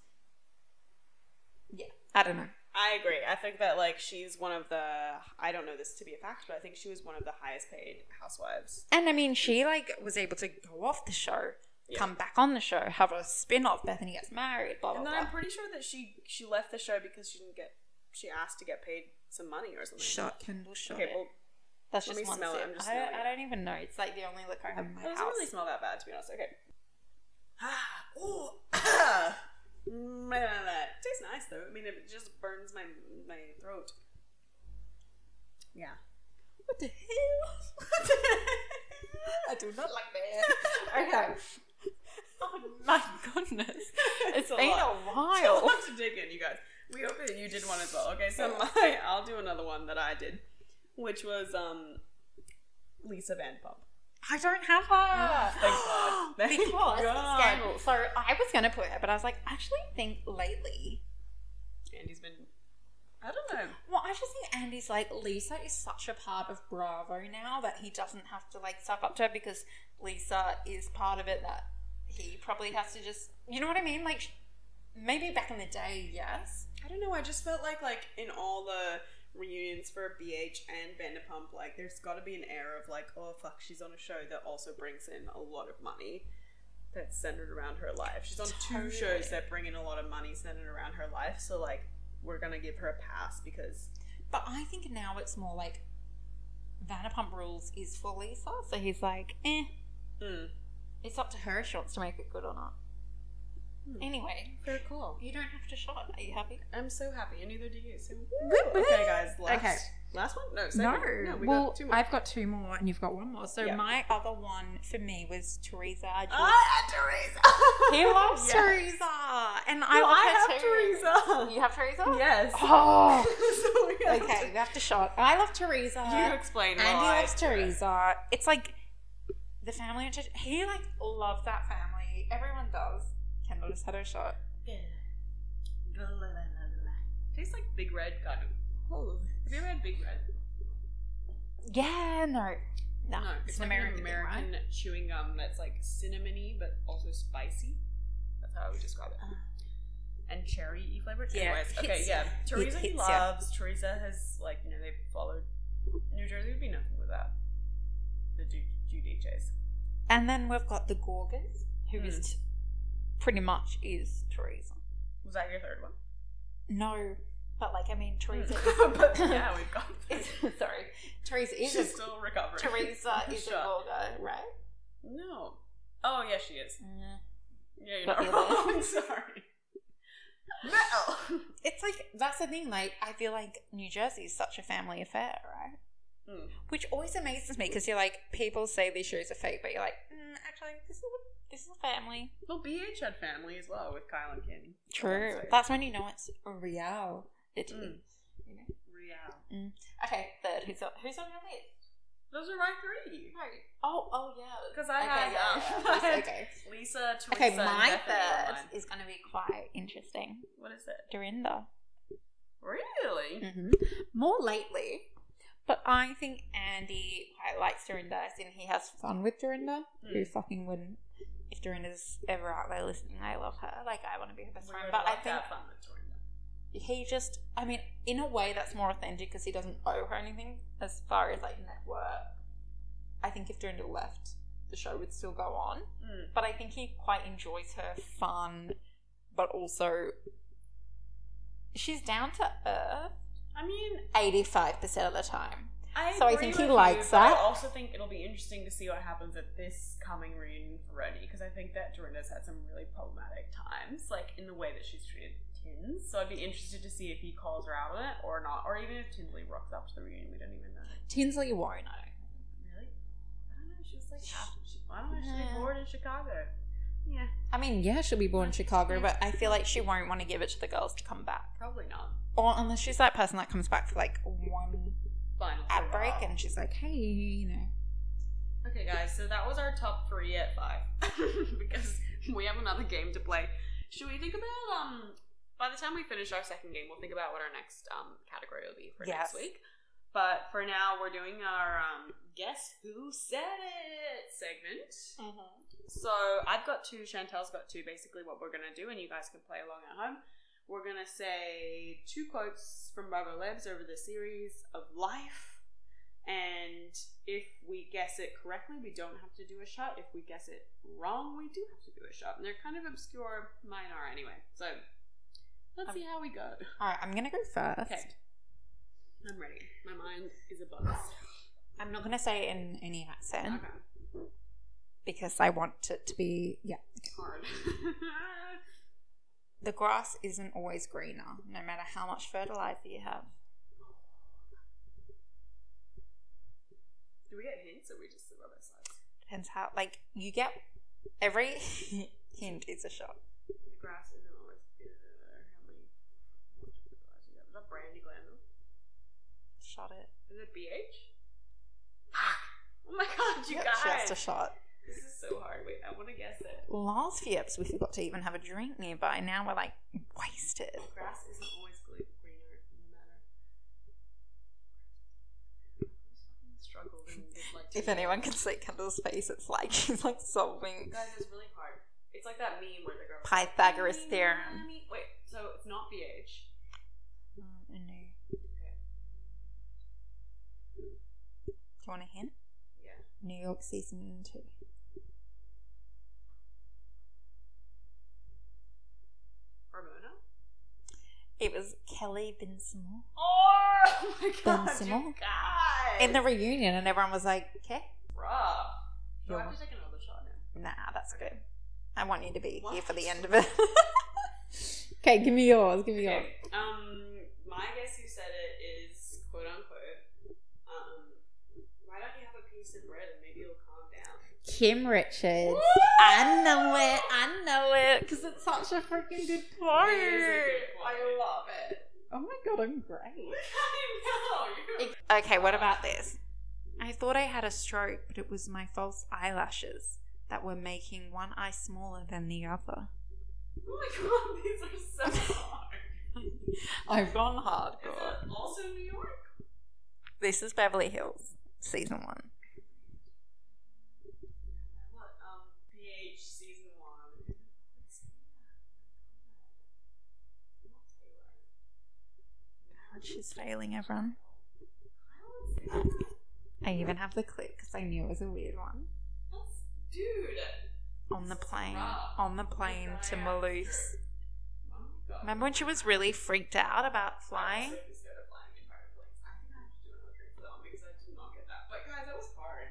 S2: Yeah, I don't know.
S1: I agree. I think that like she's one of the I don't know this to be a fact, but I think she was one of the highest paid housewives.
S2: And I mean, she like was able to go off the show,
S1: Yeah.
S2: come back on the show, have a spin off. Bethany gets married, blah blah
S1: And then
S2: blah.
S1: I'm pretty sure that she she left the show because she didn't get she asked to get paid some money or something.
S2: Shut Kendall, shut
S1: okay,
S2: it.
S1: well,
S2: That's
S1: let
S2: just
S1: me
S2: one
S1: smell it.
S2: sip.
S1: I'm just
S2: I,
S1: smelling
S2: I
S1: it.
S2: don't even know. It's like the only liquor I have in my
S1: it doesn't
S2: house.
S1: really smell that bad to be honest. Okay. Ah, ooh, ah. Mm, that tastes nice though. I mean, it just burns my my throat. Yeah.
S2: What the hell? I do not like that. Okay. Oh my goodness!
S1: It's
S2: it's
S1: a
S2: been
S1: lot.
S2: a
S1: I'll
S2: while.
S1: have to dig in, you guys. We hope that you did one as well. Okay, so my I'll do another one that I did, which was um Lisa Van Pump.
S2: I don't have her.
S1: Thank God. Thank
S2: Ah. because
S1: Oh God.
S2: scandal. So I was gonna put her, but I was like, I actually think lately.
S1: Andy's been I don't know.
S2: Well, I just think Andy's like Lisa is such a part of Bravo now that he doesn't have to like suck up to her because Lisa is part of it that he probably has to just you know what I mean like sh- maybe back in the day yes
S1: I don't know. I just felt like like in all the reunions for BH and Vanderpump, like there's got to be an air of like, oh fuck, she's on a show that also brings in a lot of money that's centered around her life. She's on two
S2: Totally.
S1: shows that bring in a lot of money centered around her life. So like, we're gonna give her a pass because
S2: but I think now it's more like Vanderpump Rules is for Lisa so he's like eh
S1: mm,
S2: it's up to her if she wants to make it good or not
S1: Hmm.
S2: anyway
S1: very cool.
S2: you don't have to shot are you happy
S1: I'm so happy, and neither do you. So
S2: Woo, woo.
S1: okay, guys. Last,
S2: Okay.
S1: last one? No,
S2: No,
S1: second. No, we
S2: well,
S1: got two more.
S2: I've got two more, and you've got one more. So
S1: Yeah.
S2: my other one for me was Teresa.
S1: ah, Teresa.
S2: he loves
S1: Yes.
S2: Teresa, and I
S1: No,
S2: love her
S1: I have
S2: too.
S1: Teresa.
S2: You have Teresa.
S1: Yes. So
S2: Oh,
S1: we have
S2: okay. We have to shot. I love Teresa.
S1: to- You explain
S2: Andy
S1: why.
S2: loves Teresa. It's like the family. and Ter- He like loves that family. Everyone does. Kendall just had her shot.
S1: Tastes like Big Red, kind of. Have you ever had Big Red?
S2: Yeah. No. No.
S1: it's,
S2: it's
S1: like
S2: an American.
S1: an
S2: thing, right?
S1: American chewing gum that's like cinnamony but also spicy. That's how I would describe it. And cherry flavored.
S2: Uh. Yeah,
S1: Anyways,
S2: it
S1: okay,
S2: hits
S1: yeah.
S2: ya. It
S1: Teresa he
S2: hits ya.
S1: loves. Teresa has like you know they've followed. New Jersey would be nothing without the Ju- Judy Chase.
S2: And then we've got the Gorgas, who is
S1: Mm.
S2: t- pretty much is Teresa.
S1: Was that your third one?
S2: No, but like I mean Teresa.
S1: but yeah, we've got.
S2: Is, is, sorry, Teresa is
S1: Hmm. She's
S2: a,
S1: still recovering.
S2: Teresa is a
S1: Shut.
S2: Gorga, right?
S1: No. Oh yeah, she is.
S2: Mm.
S1: Yeah, you're
S2: Got
S1: not
S2: me
S1: wrong. Sorry. Metal.
S2: It's like that's the thing. Like I feel like New Jersey is such a family affair, right?
S1: Mm.
S2: Which always amazes me because you're like people say these shows are fake, but you're like mm, actually this is a, this is a family.
S1: Well, BH had family as well with Kyle and Kenny.
S2: True. That's when you know it's real. It is.
S1: Mm.
S2: You know?
S1: Real.
S2: Okay, third. Who's on, who's on your list?
S1: Those are my three.
S2: Oh, oh yeah.
S1: Because I
S2: okay,
S1: had, um, I
S2: yeah, yeah.
S1: had
S2: okay.
S1: Lisa, Teresa,
S2: Okay,
S1: and
S2: my
S1: Bethany were
S2: third
S1: mine.
S2: is going to be quite interesting.
S1: What is it?
S2: Dorinda.
S1: Really?
S2: Mm-hmm. More lately, but I think Andy quite likes Dorinda, as in he has fun with Dorinda.
S1: Mm.
S2: Who fucking wouldn't? If Dorinda's ever out there listening, I love her. Like I want to be her best
S1: We
S2: friend.
S1: would
S2: But I
S1: love
S2: think
S1: to have fun with Dorinda.
S2: he just, I mean, in a way that's more authentic because he doesn't owe her anything as far as like network. I think if Dorinda left, the show would still go on.
S1: Mm.
S2: but I think he quite enjoys her fun, but also she's down to earth
S1: Hmm. I mean,
S2: eighty five percent of the time.
S1: I
S2: So I
S1: agree
S2: think he
S1: with you,
S2: likes
S1: but
S2: that.
S1: I also think it'll be interesting to see what happens at this coming reunion for Rennie because I think that Dorinda's had some really problematic times, like in the way that she's treated Tins, so I'd be interested to see if he calls her out on it or not, or even if Tinsley rocks up to the reunion. We don't even know.
S2: Tinsley won't. know.
S1: Really? I don't know. She was like, half, she, I don't know. She's been born in Chicago. Yeah,
S2: I mean, yeah, she'll be born in Chicago,
S1: Yeah.
S2: but I feel like she won't want to give it to the girls to come back.
S1: probably not.
S2: Or unless she's that person that comes back for like one
S1: Final
S2: outbreak
S1: hurrah.
S2: and she's like, hey, you know.
S1: Okay, guys, so that was our top three at five because we have another game to play. Should we think about um? By the time we finish our second game, we'll think about what our next um category will be for
S2: Yes.
S1: next week. But for now, we're doing our um guess who said it segment.
S2: Mm-hmm.
S1: So I've got two. Chantel's got two. Basically, what we're gonna do, and you guys can play along at home. We're gonna say two quotes from Robo Labs over the series of life, and if we guess it correctly, we don't have to do a shot. If we guess it wrong, we do have to do a shot. And they're kind of obscure. Mine are anyway. So let's see how we go.
S2: All right, I'm going to go first.
S1: Okay. I'm ready. My mind is a buzz.
S2: I'm not going to say it in any accent
S1: Okay.
S2: because I want it to be, yeah.
S1: Hard.
S2: The grass isn't always greener, no matter how much fertilizer you have.
S1: do we get hints, or we just the rubber sides?
S2: Depends how, like, you get every hint is a shot.
S1: The grass isn't always good. How many? How much fertilizer you got? Is that brandy glandular?
S2: Shot it.
S1: Is it BH? Fuck! Oh my god, you
S2: Yep,
S1: guys!
S2: Just a shot.
S1: this is so hard. Wait, I want to guess it.
S2: Last few eps, we forgot to even have a drink nearby. Now we're like wasted.
S1: The grass isn't always gl- greener, no matter. I just fucking struggled and did like.
S2: If
S1: two
S2: anyone
S1: days.
S2: can see Kendall's face, it's like she's like solving.
S1: Guys, it's really hard. It's like that meme where the girl.
S2: Pythagoras theorem.
S1: Wait, so it's not BH.
S2: Um, no. Do you want a hint?
S1: Yeah.
S2: New York season two.
S1: Ramona?
S2: It was Kelly Bensimore
S1: Oh my
S2: Ben
S1: god, you
S2: Simone.
S1: guys!
S2: in the reunion, and everyone was like, "Okay,
S1: Rough. Do I
S2: You're-
S1: have to take another shot now?
S2: nah, that's good. I want you to be here for the
S1: What?
S2: end of it." okay, give me yours. Give me yours.
S1: Okay. Um, my guess who said it is quote unquote. Um, why don't you have a piece of bread and maybe you'll calm down?
S2: Kim Richards. I know it. I know it because it's such a freaking good
S1: It
S2: part.
S1: is a good quote. I love it.
S2: Oh my god, I'm great.
S1: I know.
S2: Okay, what about this? I thought I had a stroke, but it was my false eyelashes that were making one eye smaller than the other.
S1: Oh my god, these are so hard.
S2: I've gone
S1: Is
S2: hardcore.
S1: it also New York?
S2: This is Beverly Hills, season one.
S1: What? Um, PH season one.
S2: God, she's failing everyone.
S1: Oh
S2: I even have the clip because I knew it was a weird one.
S1: That's- Dude.
S2: On the plane, on the plane to Maloof's.
S1: Oh my god.
S2: Remember when she was really freaked out about
S1: I'm
S2: flying?
S1: so scared of flying in private planes. I think I have to do another drink for that one because I did not get that. But guys, that was hard.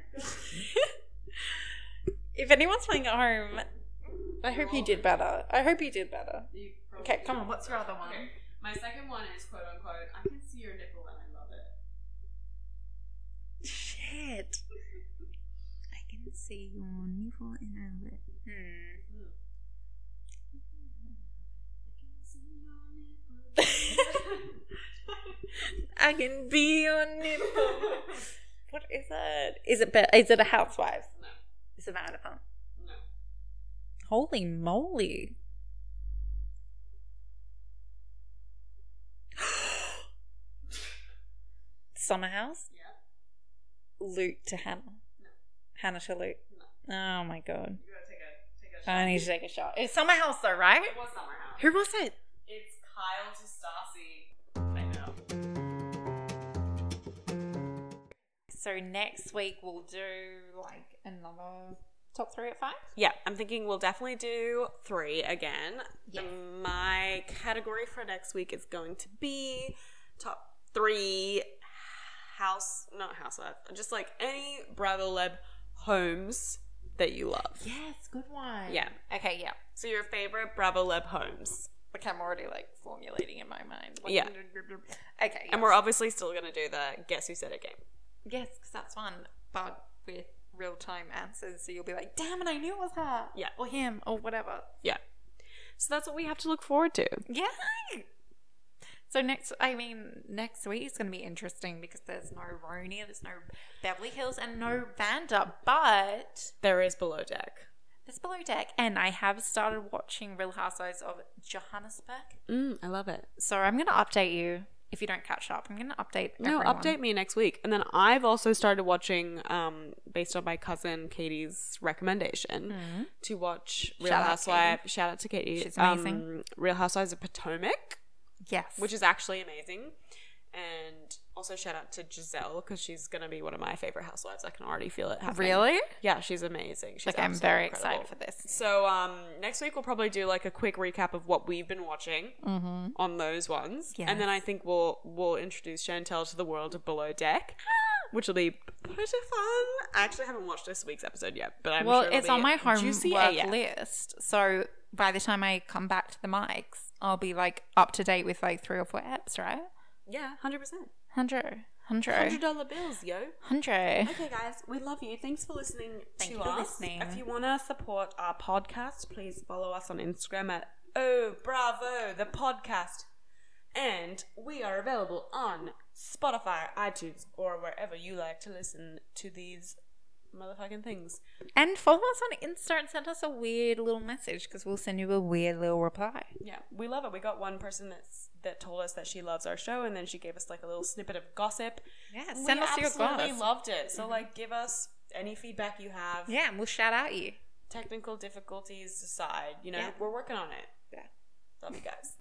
S2: If anyone's playing at home, I hope you did better. I hope you did better.
S1: You probably
S2: Okay,
S1: did.
S2: come on, what's your other one?
S1: Okay, My second one is quote unquote, I can see your nipple and I love it.
S2: Shit. I can see your nipple and I love it. Hmm.
S1: Hmm. I can see your nipple.
S2: I can be your nipple. what is it? Is it be- is it a housewife?
S1: No.
S2: Is it Madison?
S1: No.
S2: Holy moly. Summer House?
S1: Yeah.
S2: Luke to Hannah.
S1: No.
S2: Hannah to Luke. Oh my god.
S1: You gotta take a take a shot.
S2: I need to take a shot. It's Summer House though, right?
S1: It was Summer House.
S2: Who was it?
S1: It's Kyle to Stassi. I know.
S2: So next week we'll do like another top three at five.
S1: Yeah, I'm thinking we'll definitely do three again.
S2: Yes.
S1: My category for next week is going to be top three house, not housewife, just like any Bravo Lab homes that you love.
S2: Yes, good one.
S1: Yeah.
S2: Okay, yeah.
S1: So your favorite Bravo Lab homes.
S2: Like I'm already like formulating in my mind. Like,
S1: Yeah.
S2: Okay.
S1: And
S2: yes.
S1: we're obviously still going to do the guess who said it game.
S2: Yes, because that's fun, but with real time answers, so you'll be like, damn it, I knew it was her.
S1: Yeah.
S2: Or him, or whatever.
S1: So that's what we have to look forward to.
S2: Yeah. So next, I mean, next week is going to be interesting because there's no Roni, there's no Beverly Hills, and no Vanda, but
S1: There is below deck.
S2: there's Below Deck, and I have started watching Real Housewives of Johannesburg.
S1: Mm, I love it.
S2: So I'm going to update you if you don't catch up. I'm going to update.
S1: No,
S2: everyone.
S1: update me next week. And then I've also started watching, um, based on my cousin Katie's recommendation,
S2: Mhm.
S1: to watch Real
S2: Shout out
S1: Housewives. Shout out to Katie.
S2: She's amazing.
S1: Um, Real Housewives of Potomac,
S2: Yes.
S1: which is actually amazing. And also shout out to Giselle because she's gonna be one of my favorite housewives. I can already feel it happening.
S2: really
S1: Yeah, she's amazing. She's
S2: like I'm
S1: absolutely
S2: very
S1: incredible.
S2: excited for this.
S1: So um, next week we'll probably do like a quick recap of what we've been watching
S2: Mm-hmm.
S1: on those ones, and then I
S2: Yes.
S1: think we'll we'll introduce Chantel to the world of Below Deck, which will be pretty fun. I actually haven't watched this week's episode yet, but I'm
S2: well,
S1: sure it'll
S2: it's
S1: be
S2: on my homework
S1: juicy AF.
S2: list. So by the time I come back to the mics, I'll be like up to date with like three or four apps, right?
S1: Yeah, hundred percent.
S2: Hundred. Hundred.
S1: Hundred dollar bills, yo.
S2: Hundred.
S1: Okay, guys, we love you. Thanks for listening
S2: Thank
S1: to
S2: you for
S1: us.
S2: listening.
S1: If you want to support our podcast, please follow us on Instagram at Oh Bravo the podcast, and we are available on Spotify, iTunes, or wherever you like to listen to these motherfucking things.
S2: And follow us on Insta and send us a weird little message because we'll send you a weird little reply.
S1: Yeah, we love it. We got one person that's that told us that she loves our show, and then she gave us like a little snippet of gossip.
S2: Yeah.
S1: We
S2: Send us your Mm-hmm.
S1: absolutely
S2: goss.
S1: loved it. So like, give us any feedback you have.
S2: yeah, and we'll shout out you.
S1: technical difficulties aside, you know,
S2: Yeah.
S1: we're working on it.
S2: Yeah.
S1: Love you guys.